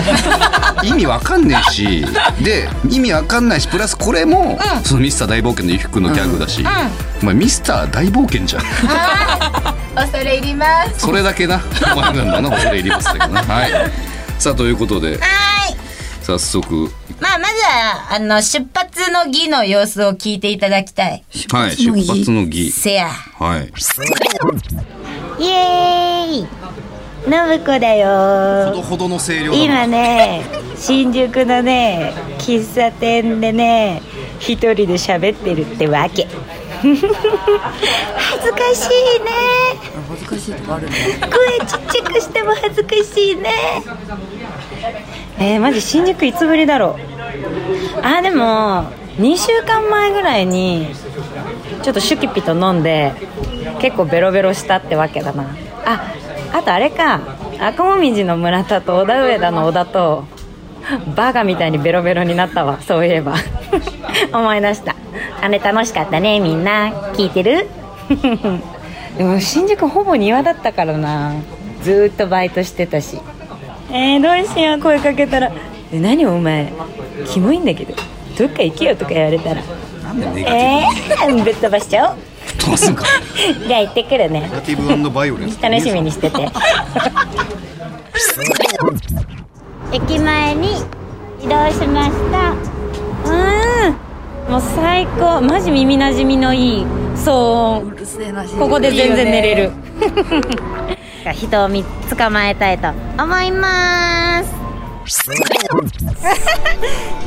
[SPEAKER 2] 意味わかんねえしで意味わかんないしプラスこれも、そのミスター大冒険の衣服のギャグだし、お前ミスター大冒険じゃん
[SPEAKER 3] 恐れ入ります。
[SPEAKER 2] それだけなお前なんだな恐れ入りますだけどなはいさあということで
[SPEAKER 3] はーい。
[SPEAKER 2] 早速
[SPEAKER 3] まあ、まずは、あの、出発の儀の様子を聞いていただきたい。
[SPEAKER 2] はい出発の儀
[SPEAKER 3] せや。
[SPEAKER 2] はい
[SPEAKER 6] イエーイ信子だ
[SPEAKER 2] ほ
[SPEAKER 6] よ
[SPEAKER 2] どほどの声量だ
[SPEAKER 6] 今
[SPEAKER 2] な
[SPEAKER 6] ね新宿のね喫茶店でね一人で喋ってるってわけ 恥ずかしいね
[SPEAKER 4] 恥ずかしいとかあるね。
[SPEAKER 6] 声ちっちゃくしても恥ずかしいねえー、マジ新宿いつぶりだろうあーでも2週間前ぐらいにちょっとシュキピと飲んで結構ベロベロしたってわけだなああとあれか赤もみじの村田と小田上田の小田とバカみたいにベロベロになったわそういえば 思い出したあれ楽しかったねみんな聞いてる でも新宿ほぼ庭だったからなずーっとバイトしてたしえー、どうしよう声かけたら「え何お前キモいんだけどどっか行けよ」とか言われたら
[SPEAKER 2] なんでネガティ
[SPEAKER 6] えー、 ぶっ飛ばしちゃおう
[SPEAKER 2] ブ飛ばすんか
[SPEAKER 6] じゃあ行ってくるね
[SPEAKER 2] ネガティブバイオレンス
[SPEAKER 6] 楽しみにしてて
[SPEAKER 7] 駅前に移動しました
[SPEAKER 6] うんもう最高マジ耳なじみのいい騒音
[SPEAKER 4] うるせえなし
[SPEAKER 6] ここで全然寝れる
[SPEAKER 7] 人を見捕まえたいと思います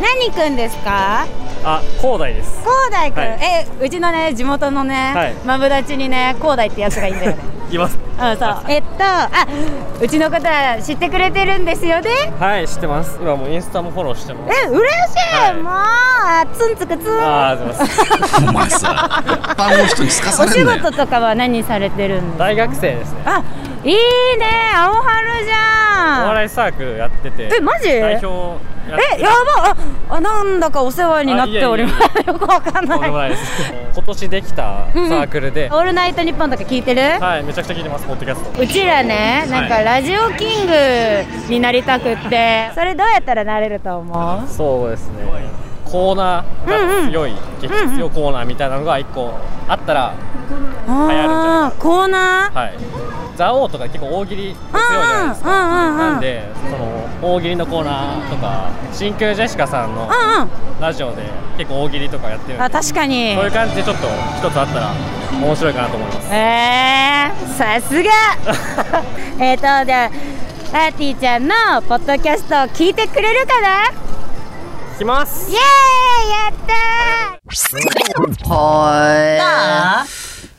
[SPEAKER 7] 何くんですか
[SPEAKER 8] あ、広大です。
[SPEAKER 7] 広大くん、
[SPEAKER 8] はい
[SPEAKER 7] えうちのね地元のね、
[SPEAKER 8] はい
[SPEAKER 7] マブダチにね広大ってやつがいるんだよ ね
[SPEAKER 8] います。
[SPEAKER 7] うんそうえっとあうちのことは知ってくれてるんですよね
[SPEAKER 8] はい、知ってます。今もうインスタもフォローしてます。
[SPEAKER 7] え嬉しい、
[SPEAKER 8] はい
[SPEAKER 7] もうあツンつくツン
[SPEAKER 8] あー、ありがとうございます。
[SPEAKER 2] お前さ一般の人にすかさ
[SPEAKER 7] お
[SPEAKER 2] れ
[SPEAKER 7] 仕
[SPEAKER 2] んなよ
[SPEAKER 7] 事とかは何されてるんだ
[SPEAKER 8] 大学生ですね。
[SPEAKER 7] あいいね青春じ
[SPEAKER 8] お
[SPEAKER 7] ゃん
[SPEAKER 8] 笑いサークルやってて。
[SPEAKER 7] えマジ
[SPEAKER 8] 代表やって。
[SPEAKER 7] えやばああなんだかお世話になっております
[SPEAKER 8] あ
[SPEAKER 7] よくわかん
[SPEAKER 8] とんでも
[SPEAKER 7] ない
[SPEAKER 8] ないです。今年できたサークルで。
[SPEAKER 7] 「オールナイトニッポン」とか聞いてる、
[SPEAKER 8] はい、めちゃくちゃ聞いてます。ポッドキャスト。
[SPEAKER 7] うちらねなんか
[SPEAKER 8] はい
[SPEAKER 7] ラジオキングになりたくってそれどうやったらなれると思う
[SPEAKER 8] そうですね。コーナーが強い、激強コーナーみたいなのが一個あったら、流行るんじゃない
[SPEAKER 7] あーコーナー
[SPEAKER 8] はい。ザオーとか結構大喜利強いじゃないですか。
[SPEAKER 7] うんうんうんうんうんうん
[SPEAKER 8] なんで、その大喜利のコーナーとか、真空ジェシカさんのラジオで結構大喜利とかやってるんで
[SPEAKER 7] あ、確かに
[SPEAKER 8] そういう感じでちょっと一つあったら面白いかなと思います。
[SPEAKER 7] えー、さすが えっとじゃあパーティーちゃんのポッドキャストを聞いてくれるかな
[SPEAKER 8] 行きます
[SPEAKER 7] イエーイやったー
[SPEAKER 4] は
[SPEAKER 5] あ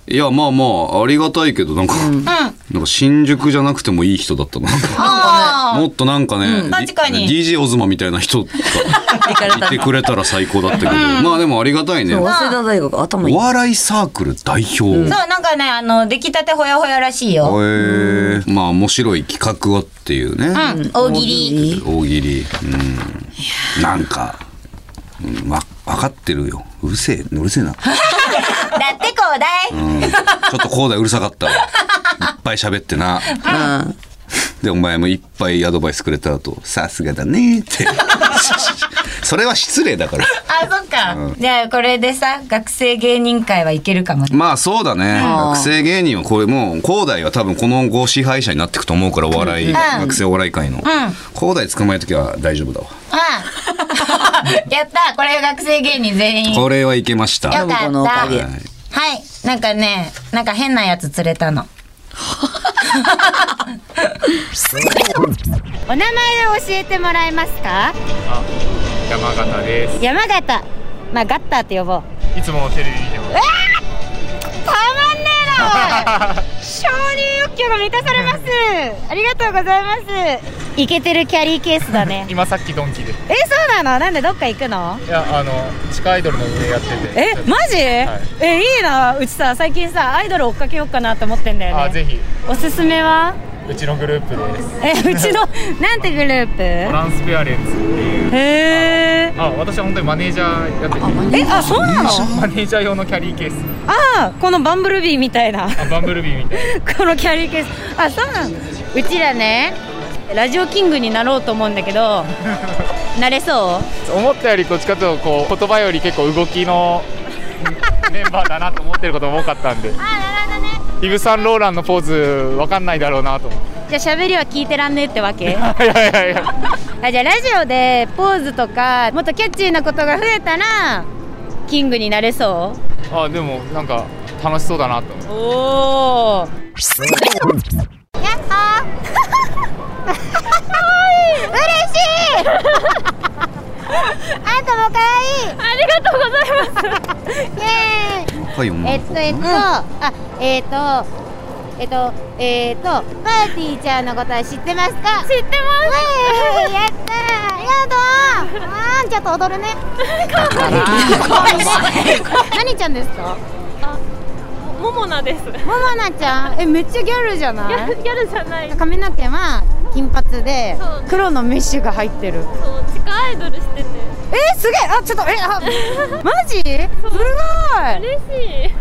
[SPEAKER 2] いやまあまあありがたいけどなんか、なんか新宿じゃなくてもいい人だったな
[SPEAKER 5] あ
[SPEAKER 2] もっとなんかね、
[SPEAKER 5] ん確かに
[SPEAKER 2] D- DJ オズマみたいな人が
[SPEAKER 4] ーいかれ
[SPEAKER 2] い
[SPEAKER 4] た
[SPEAKER 2] て
[SPEAKER 4] な
[SPEAKER 2] くれたら最高だったけど、まあでもありがたいね
[SPEAKER 4] 早稲田大学頭いい
[SPEAKER 2] お笑いサークル代表、
[SPEAKER 5] そう、なんかね、あの、出来たてほやほやらしいよ。
[SPEAKER 2] へえまあ面白い企画をっていうね、
[SPEAKER 5] うん、大喜利。
[SPEAKER 2] 大喜利うんなんか、うん、わ分かってるようるせえうるせえな、
[SPEAKER 5] だってこうだい。
[SPEAKER 2] うん、ちょっとこうだうるさかったわいっぱい喋ってな
[SPEAKER 4] うん
[SPEAKER 2] でお前もいっぱいアドバイスくれた後さすがだねって それは失礼だから
[SPEAKER 5] あ、そっか。じゃあ、これでさ、学生芸人会はいけるかも。
[SPEAKER 2] まあそうだね学生芸人はこれもう高大は多分この後支配者になっていくと思うからお笑い、学生お笑い界の、高大捕まえる時は大丈夫だわ
[SPEAKER 5] うん。やったこれ学生芸人全員。よ
[SPEAKER 2] これはいけました
[SPEAKER 5] かっ
[SPEAKER 4] 信
[SPEAKER 5] た。
[SPEAKER 4] 子のおかげ
[SPEAKER 5] はい。なんかね、なんか変なやつ釣れたの。
[SPEAKER 7] お名前を教えてもらえますか
[SPEAKER 8] 山形です。
[SPEAKER 7] 山形まあガッターって呼 ぼう
[SPEAKER 8] いつもテレビ見てます。
[SPEAKER 7] たまんねえなおい承認欲求が満たされますありがとうございますイケてるキャリーケースだね
[SPEAKER 8] 今さっきドンキで。
[SPEAKER 7] えそうなのなんでどっか行くの
[SPEAKER 8] いや、あの、地下アイドルの運営やってて。
[SPEAKER 7] えマジ、えいいなうちさ最近さアイドル追っかけようかなって思ってんだよね
[SPEAKER 8] あ、ぜひ、
[SPEAKER 7] おすすめは
[SPEAKER 8] うちのグループです。
[SPEAKER 7] えうちのなんてグループ
[SPEAKER 8] トランスペアレンツっていう。
[SPEAKER 7] へえ
[SPEAKER 8] あ、私は本当にマネージャーやってて。
[SPEAKER 7] えあそうなの
[SPEAKER 8] マネージャー用のキャリーケー ス。
[SPEAKER 7] あこのバンブルビーみたいな
[SPEAKER 8] あ、バンブルビーみたい
[SPEAKER 7] このキャリーケースあそうなのうちらねラジオキングになろうと思うんだけどなれそう
[SPEAKER 8] な。思ったよりどっちかというと、こう、言葉より結構動 きの。メンバーだなと思ってることも多かったんで。
[SPEAKER 7] あなるほどね
[SPEAKER 8] イブサンローランのポーズ、わかんないだろうなと思って。
[SPEAKER 7] じゃあ喋りは聞いてらんねえってわけ
[SPEAKER 8] いやいやいや。
[SPEAKER 7] あじゃあラジオでポーズとかもっとキャッチーなことが増えたらキングになれそ
[SPEAKER 8] あ、でも、なんか、楽しそうだなと。
[SPEAKER 7] うおおやっほーかわいい嬉しいあんたもかわいいありがとうございますイエーイ
[SPEAKER 2] 若い女の子
[SPEAKER 7] えっとえっと、あえっとえっとえっとパーティーちゃんのことは知ってますか知ってますやったーやだーあーちょっと 踊るね何ちゃんですか
[SPEAKER 9] モモナです。ギ
[SPEAKER 7] ママナちゃんえめっちゃギャルじゃな
[SPEAKER 9] ャ
[SPEAKER 7] い
[SPEAKER 9] ギャルじゃない。そう
[SPEAKER 7] 髪の毛は金髪で
[SPEAKER 9] そう
[SPEAKER 7] 黒のメッシュが入ってる
[SPEAKER 9] 地下アイドルしてて
[SPEAKER 7] えー、すげえあちょっとえ あマジすごい
[SPEAKER 9] 嬉しい
[SPEAKER 7] え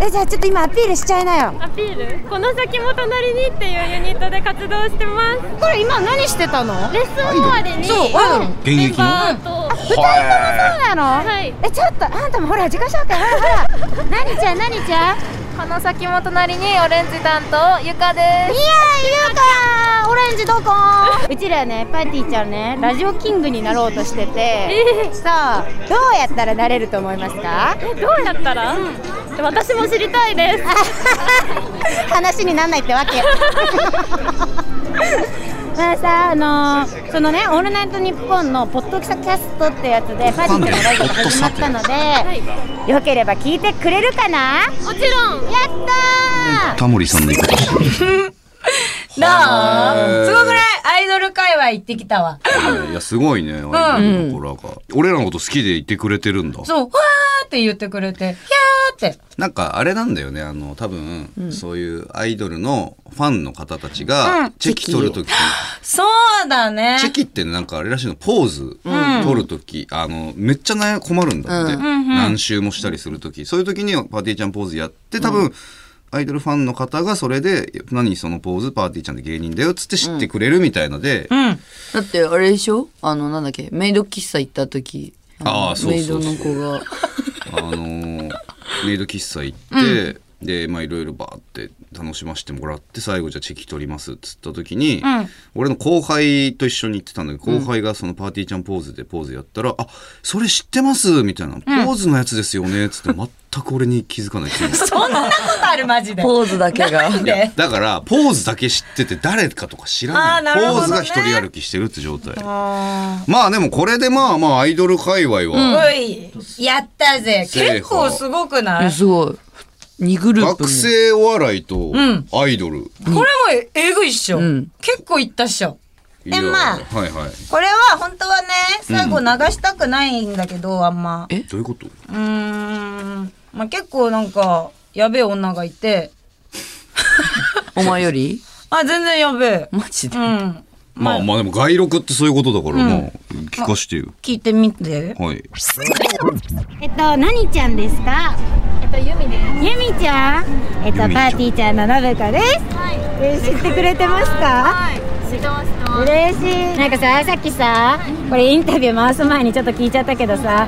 [SPEAKER 7] ー、えじゃあちょっと今アピールしちゃいなよ
[SPEAKER 9] アピール。この先も隣にっていうユニットで活動してます。
[SPEAKER 7] これ今何してたの
[SPEAKER 9] レッスン終わりに
[SPEAKER 7] そううん
[SPEAKER 2] 現役の
[SPEAKER 9] メンバーと
[SPEAKER 2] は
[SPEAKER 7] そうなの、
[SPEAKER 9] はい
[SPEAKER 7] えちょっとあんたもほら自己紹介ほらほら 何ちゃん何ちゃんいや
[SPEAKER 9] この先も隣にオレンジ担当ゆかです。
[SPEAKER 7] ーゆうかオレンジどこ うちらねパーティーちゃんねラジオキングになろうとしてて、さあどうやったらなれると思いますか
[SPEAKER 9] えどうやったら？私も知りたいです。
[SPEAKER 7] 話になんないってわけまあさあのーそのね「オールナイトニッポン」のポッドキャストってやつでパーティーちゃんのラジオが始まったので、よければ聞いてくれるかな
[SPEAKER 9] もちろん。
[SPEAKER 7] やったー
[SPEAKER 2] いタモリさんの言い方してる
[SPEAKER 5] なあすごくないアイドル界隈行ってきたわ。
[SPEAKER 2] いやすごいねアイドルの子らが俺らのこと好きで言ってくれてるんだ
[SPEAKER 5] そう、わーって言ってくれて、ひゃーって。
[SPEAKER 2] なんかあれなんだよねあの多分、そういうアイドルのファンの方たちがチェキ取るときに、
[SPEAKER 5] そうだね。
[SPEAKER 2] チェキってねなんかあれらしいのポーズ取るとき、あのめっちゃ悩困るんだって、何周もしたりするときそういうときにパーティーちゃんポーズやって多分、アイドルファンの方がそれで「何そのポーズパーティーちゃんで芸人だよ」っつって知ってくれるみたいので、
[SPEAKER 4] だってあれでしょあのなんだっけメイド喫茶行った時
[SPEAKER 2] ああそうそうそう
[SPEAKER 4] メイドの子が
[SPEAKER 2] あのーメイド喫茶行って、でまあいろいろバーって楽しませてもらって最後じゃあチェキ取りますっつった時に、俺の後輩と一緒に行ってたんだけど後輩がそのパーティーちゃんポーズでポーズやったら「あそれ知ってます」みたいな「ポーズのやつですよね」っつって全く俺に気づかないっていう
[SPEAKER 5] そんなことあるマジで。
[SPEAKER 4] ポーズだけ
[SPEAKER 5] な
[SPEAKER 4] が
[SPEAKER 5] ん
[SPEAKER 2] いや
[SPEAKER 5] で
[SPEAKER 2] だからポーズだけ知ってて誰かとか知らない
[SPEAKER 5] あーなるほ
[SPEAKER 2] ポ
[SPEAKER 5] どね
[SPEAKER 2] ーズが一人歩きしてるって状態まあでもこれでまあまあアイドル界隈は
[SPEAKER 5] おい、やったぜ。
[SPEAKER 2] 成
[SPEAKER 5] 結
[SPEAKER 2] 功
[SPEAKER 5] 構すごくない
[SPEAKER 4] えすごい2グループ
[SPEAKER 2] 学
[SPEAKER 4] に
[SPEAKER 2] 生お笑いと
[SPEAKER 5] ん
[SPEAKER 2] アイドル、
[SPEAKER 5] これもえぐいっしょ。
[SPEAKER 4] ん
[SPEAKER 5] 結構いったっしょ。
[SPEAKER 2] いや
[SPEAKER 5] でまあ
[SPEAKER 2] はいはい
[SPEAKER 5] これは本当はね、最後流したくないんだけど、あんま。
[SPEAKER 4] え
[SPEAKER 2] どういうこと
[SPEAKER 5] うーん。まあ、結構なんか、やべえ女がいて、
[SPEAKER 4] お前より
[SPEAKER 5] あ、全然やべえ。
[SPEAKER 4] マジで
[SPEAKER 5] うん。
[SPEAKER 2] まあまあでも外録ってそういうことだから、まあ聞かしてよ、
[SPEAKER 5] 聞いてみて。
[SPEAKER 2] はい
[SPEAKER 7] えっと、何ちゃんですか。
[SPEAKER 9] えっとゆみです。
[SPEAKER 7] ゆみちゃん。えっと、
[SPEAKER 2] ゆみち
[SPEAKER 7] パ
[SPEAKER 2] ゃん
[SPEAKER 7] ーティーちゃんののぶかです。
[SPEAKER 9] はい。
[SPEAKER 7] えー知ってくれてますか。
[SPEAKER 9] はい。知ってます。知ってます
[SPEAKER 7] 嬉しい。なんかさ、さっきさ、これインタビュー回す前にちょっと聞いちゃったけどさ。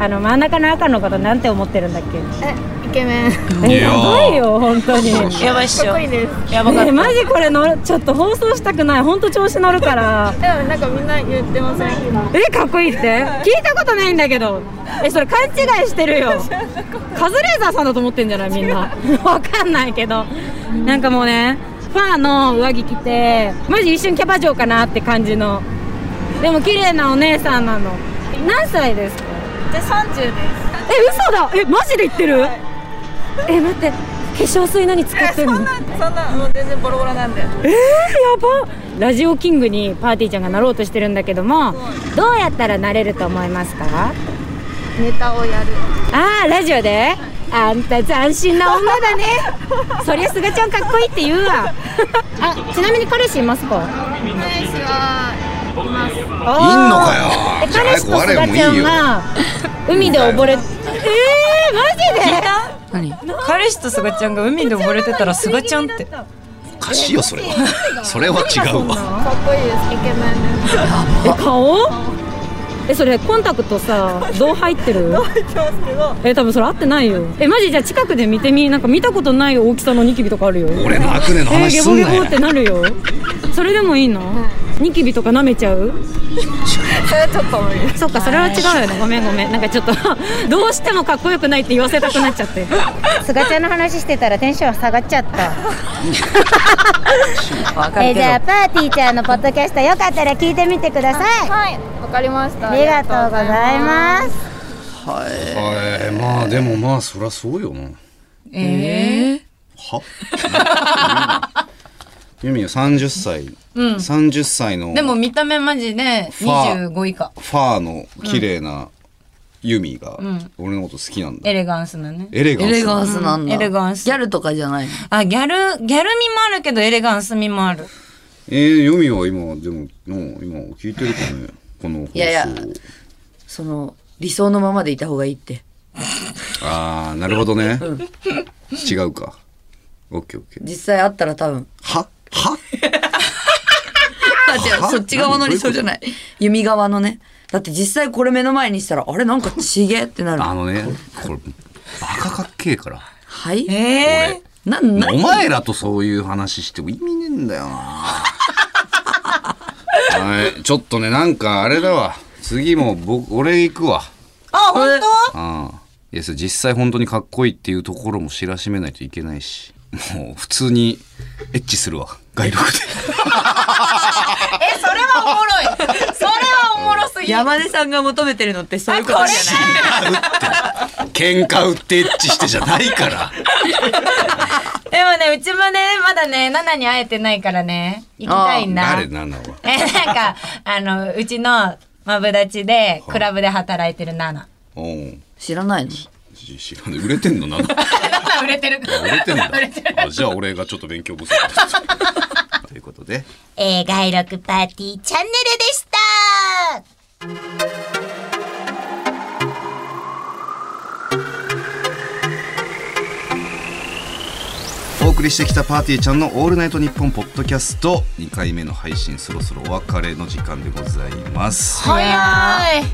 [SPEAKER 7] あの真ん中の赤のことなんて思ってるんだっけ。
[SPEAKER 9] イケメン。
[SPEAKER 2] い
[SPEAKER 7] や
[SPEAKER 2] や
[SPEAKER 7] ばいよ、本当に。
[SPEAKER 5] やばいっしょ。
[SPEAKER 9] いです。
[SPEAKER 5] やばかっ
[SPEAKER 7] え
[SPEAKER 5] た。
[SPEAKER 7] マジこれの、ちょっと放送したくない、本当調子乗る から。
[SPEAKER 9] でもなんかみんな言ってません。
[SPEAKER 7] え、かっこいいって。聞いたことないんだけど。え、それ勘違いしてるよ。カズレーザーさんだと思ってんじゃない、みん な。わかんないけど。なんかもうね、ファーの上着着て、マジ一瞬キャバ嬢かなって感じの。でも綺麗なお姉さんなの。何歳ですか。
[SPEAKER 9] で三十です。
[SPEAKER 7] え、嘘だ。え、マジで言ってる。え、待って。化粧水何使ってんの。
[SPEAKER 9] そんなもう全然ボロボロなんで。
[SPEAKER 7] えー、やばラジオキングにパーティーちゃんがなろうとしてるんだけどもどうやったらなれると思いますか
[SPEAKER 9] ネタをやる。
[SPEAKER 7] あーラジオであんた斬新な女だ ねそりゃすがちゃんかっこいいって言うわあちなみに彼氏いますか
[SPEAKER 9] 彼氏は。
[SPEAKER 7] いんの
[SPEAKER 2] いんのかよ
[SPEAKER 7] え彼氏とすがちゃんが海で溺れえー、マ
[SPEAKER 4] 何
[SPEAKER 5] 彼氏とすがちゃんが海で溺れてたらすがちゃんって。
[SPEAKER 2] おかしいよそれはそれは違うわ
[SPEAKER 9] かっこいいです。イケメンです。
[SPEAKER 7] ジでえ顔えそれコンタクトさどう入ってるえ多分それ合ってないよえマジじゃあ近くで見てみなんか見たことない大きさのニキビとかあるよ
[SPEAKER 2] 俺のアクネの
[SPEAKER 7] えー、
[SPEAKER 2] 話
[SPEAKER 7] ゲ
[SPEAKER 2] す
[SPEAKER 7] ボ
[SPEAKER 2] ん
[SPEAKER 7] ゲ
[SPEAKER 2] な
[SPEAKER 7] ボ
[SPEAKER 2] よ
[SPEAKER 7] ってなるよそれでもいいの、ニキビとか舐めちゃう
[SPEAKER 9] それちょっと無理。
[SPEAKER 7] そっかそれは違うよねごめんごめんなんかちょっとどうしてもかっこよくないって言わせたくなっちゃってすがちゃんの話してたらテンション下がっちゃ った
[SPEAKER 4] わかるけど
[SPEAKER 7] パーティーちゃんのポッドキャストよかったら聞いてみてください
[SPEAKER 9] はい。わかりました。
[SPEAKER 7] す
[SPEAKER 2] えー、まあでもまあそりゃそうよな
[SPEAKER 5] ええ
[SPEAKER 2] はユミは30歳、三十30歳の
[SPEAKER 5] でも見た目マジで
[SPEAKER 2] ファー
[SPEAKER 5] 25以下。
[SPEAKER 2] ファーの綺麗なユミが俺のこと好きなんだ
[SPEAKER 5] エレガンスなね。
[SPEAKER 2] エレガ
[SPEAKER 4] エ
[SPEAKER 2] ン
[SPEAKER 4] レ
[SPEAKER 2] ス
[SPEAKER 4] ガンスなん
[SPEAKER 5] うん
[SPEAKER 4] だ。
[SPEAKER 5] エレガンス
[SPEAKER 4] ギャルとかじゃないの。
[SPEAKER 5] あ、ギャル、ギャル味もあるけど、エレガンス味もある。
[SPEAKER 2] えー、ユミは今でもの今聞いてるかねこの放送
[SPEAKER 4] いやいやその、理想のままでいた方がいいって。
[SPEAKER 2] ああなるほどね、違うかオッケーオッケー
[SPEAKER 4] 実際あったら多分。
[SPEAKER 2] はは
[SPEAKER 4] あ、違う、そっち側の理想じゃない。弓側のね。だって実際これ目の前にしたら、あれなんかちげえってなる。
[SPEAKER 2] あのねこれバカかっけえから
[SPEAKER 4] はい
[SPEAKER 5] ええ
[SPEAKER 4] なん、な
[SPEAKER 2] お前らとそういう話しても意味ねえんだよなはいちょっとねなんかあれだわ次も僕俺行くわ
[SPEAKER 5] あ、本当
[SPEAKER 2] うんいやそれ実際本当にかっこいいっていうところも知らしめないといけないしもう普通にエッチするわ外力 で
[SPEAKER 5] え、それ はおもろい。それはおもろすぎる。
[SPEAKER 4] 山根さんが求めてるのってそういうことじゃない。
[SPEAKER 2] 喧嘩売ってエッチしてじゃないから
[SPEAKER 5] でもね、うちもね、まだね、ナナに会えてないからね、行きたいんだ。
[SPEAKER 2] 誰なのは
[SPEAKER 5] え、なんか、あの、うちのマブダチで、クラブで働いてるナナ。
[SPEAKER 2] おうん
[SPEAKER 4] 知らないの
[SPEAKER 2] し知らない売れてんのな
[SPEAKER 5] ナナ売れてる。
[SPEAKER 2] 売れてんだ
[SPEAKER 5] 売れてる。
[SPEAKER 2] あじゃあ俺がちょっと勉強不足だ ということで
[SPEAKER 3] えー、外録パーティーチャンネルでした
[SPEAKER 2] お送りしてきたパーティーちゃんの「オールナイトニッポン」ポッドキャスト2回目の配信そろそろお別れの時間でございますあ
[SPEAKER 5] 早い。
[SPEAKER 2] っ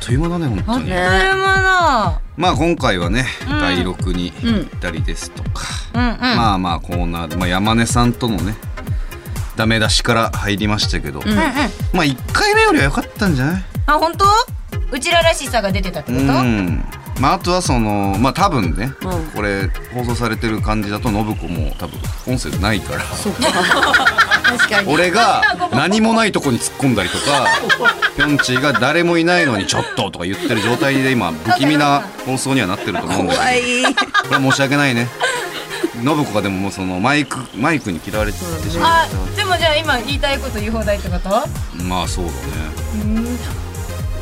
[SPEAKER 2] という間だね本当に
[SPEAKER 5] 車
[SPEAKER 2] まあ今回はね第6に行ったりですとか、
[SPEAKER 5] の。うんうん。
[SPEAKER 2] まあまあコーナー、まあ、山根さんとのねダメ出しから入りましたけど、まあ1回目よりは良かったんじゃない
[SPEAKER 5] あ、本当うちららしさが出てたって
[SPEAKER 2] う
[SPEAKER 5] こと
[SPEAKER 2] んまあ、あとはそのまあ多分ね、
[SPEAKER 4] うん
[SPEAKER 2] これ放送されてる感じだと信子も多分音声ないから
[SPEAKER 4] 確かに。
[SPEAKER 2] 俺が何もないとこに突っ込んだりとかピョンチーが誰もいないのにちょっととか言ってる状態で今不気味な放送にはなってると思うんだ
[SPEAKER 4] 怖
[SPEAKER 2] け
[SPEAKER 4] い
[SPEAKER 2] ど。これは申し訳ないね信子がでももうそのマイクマイクに嫌われてしま
[SPEAKER 5] あ
[SPEAKER 2] っ、
[SPEAKER 5] でもじゃあ今言いたいこと言い放題ってこと
[SPEAKER 2] たまあそうだね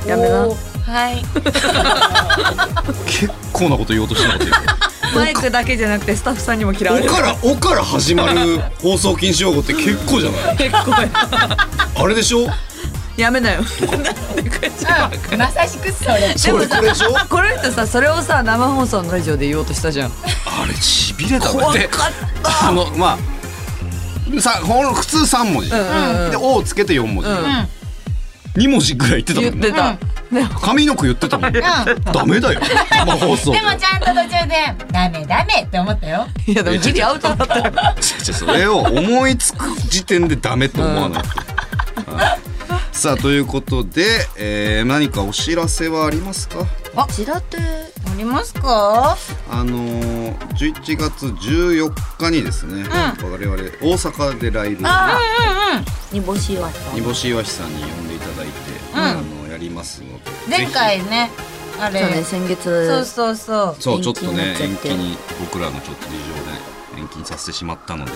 [SPEAKER 4] やめな
[SPEAKER 5] おーはい。
[SPEAKER 2] 結構なこと言おうとしてなかったよ
[SPEAKER 4] マイクだけじゃなくてスタッフさんにも嫌われ
[SPEAKER 2] お
[SPEAKER 4] る。
[SPEAKER 2] からおから始まる放送禁止用語って結構じゃない
[SPEAKER 4] 結構や。
[SPEAKER 2] あれでしょ
[SPEAKER 4] や めなよ。
[SPEAKER 5] うん まさしくそれ。
[SPEAKER 2] それこれでしょ
[SPEAKER 4] この人さ、それをさ、生放送のラジオで言おうとしたじゃん。
[SPEAKER 2] あれしびれたねであのまあさほん普通3文字、で「お」をつけて4文字、二2文字ぐらい言ってたも
[SPEAKER 4] 言
[SPEAKER 2] ん
[SPEAKER 4] っ
[SPEAKER 2] ね
[SPEAKER 4] てた。
[SPEAKER 2] 上の句言ってたもんね、ダメだよ生放送
[SPEAKER 5] でもちゃんと途中で、ダメダメって思ったよ。
[SPEAKER 4] いや、でもギリアウトだったよ。
[SPEAKER 2] じゃあそれを思いつく時点でダメと思わないと。はいさあということで、えー何かお知らせはありますか
[SPEAKER 4] あ、ちらって。
[SPEAKER 5] ありますか
[SPEAKER 2] あのー、11月14日にですね、我々大阪でライブを
[SPEAKER 4] 煮干しは。
[SPEAKER 2] 煮干しわしさんに呼んでいただいて、あのやりますので
[SPEAKER 5] 前回ね、あ
[SPEAKER 4] そう
[SPEAKER 5] れ
[SPEAKER 4] ね、。先月。
[SPEAKER 5] そうそうそう。
[SPEAKER 2] そう
[SPEAKER 4] 延
[SPEAKER 2] ちょっとね
[SPEAKER 4] 期に
[SPEAKER 2] 延
[SPEAKER 4] なっ
[SPEAKER 2] 期
[SPEAKER 4] ちゃって
[SPEAKER 2] に僕らのちょっと事情で延期にさせてしまったので、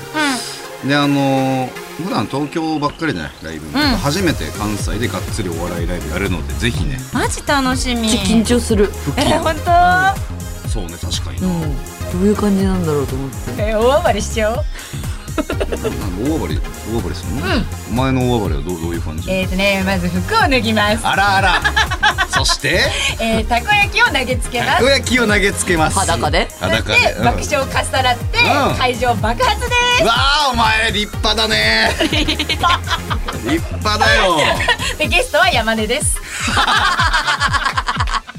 [SPEAKER 2] であのー普段東京ばっかりじゃないライブも、初めて関西でがっつりお笑いライブやるのでぜひね
[SPEAKER 5] マジ楽しみ。
[SPEAKER 4] ちょっと緊張する。
[SPEAKER 5] えー、本当
[SPEAKER 2] そうね確かに、
[SPEAKER 4] うん。どういう感じなんだろうと思って。
[SPEAKER 5] えー、大暴れしちゃおう。
[SPEAKER 2] なんか大暴れ大暴れするの、お前の大暴れはどうどういう感じ、
[SPEAKER 5] えーとね、まず服を脱ぎます。
[SPEAKER 2] あらあらそして
[SPEAKER 5] えー、たこ焼きを投げつけま
[SPEAKER 2] た
[SPEAKER 5] す
[SPEAKER 2] こ。焼きを投げつけます
[SPEAKER 4] 裸で
[SPEAKER 2] 裸で
[SPEAKER 5] で、
[SPEAKER 2] うん
[SPEAKER 5] 爆笑をかっさらって、
[SPEAKER 2] うん
[SPEAKER 5] 会場爆発で
[SPEAKER 2] うわあお前立派だね立派だよ
[SPEAKER 5] す。で、ゲストは山根です。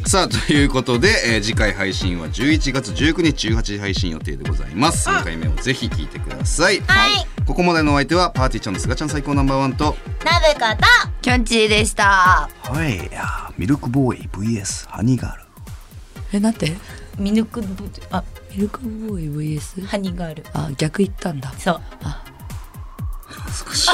[SPEAKER 2] さあということで、えー次回配信は11月19日18時配信予定でございます3回目をぜひ聞いてください、
[SPEAKER 3] はい
[SPEAKER 2] ここまでのお相手はパーティーちゃんのすがちゃん最高ナンバーワンと
[SPEAKER 3] ナブコと
[SPEAKER 4] キョンチーでした。
[SPEAKER 2] はいミルクボーイ VS ハニーガール
[SPEAKER 4] え、なんて
[SPEAKER 5] ミルクブ、あ、
[SPEAKER 4] ミルクボーイ VS?
[SPEAKER 5] ハニーガール。
[SPEAKER 4] あ、逆言ったんだ。
[SPEAKER 5] そう。
[SPEAKER 2] 恥ずかしい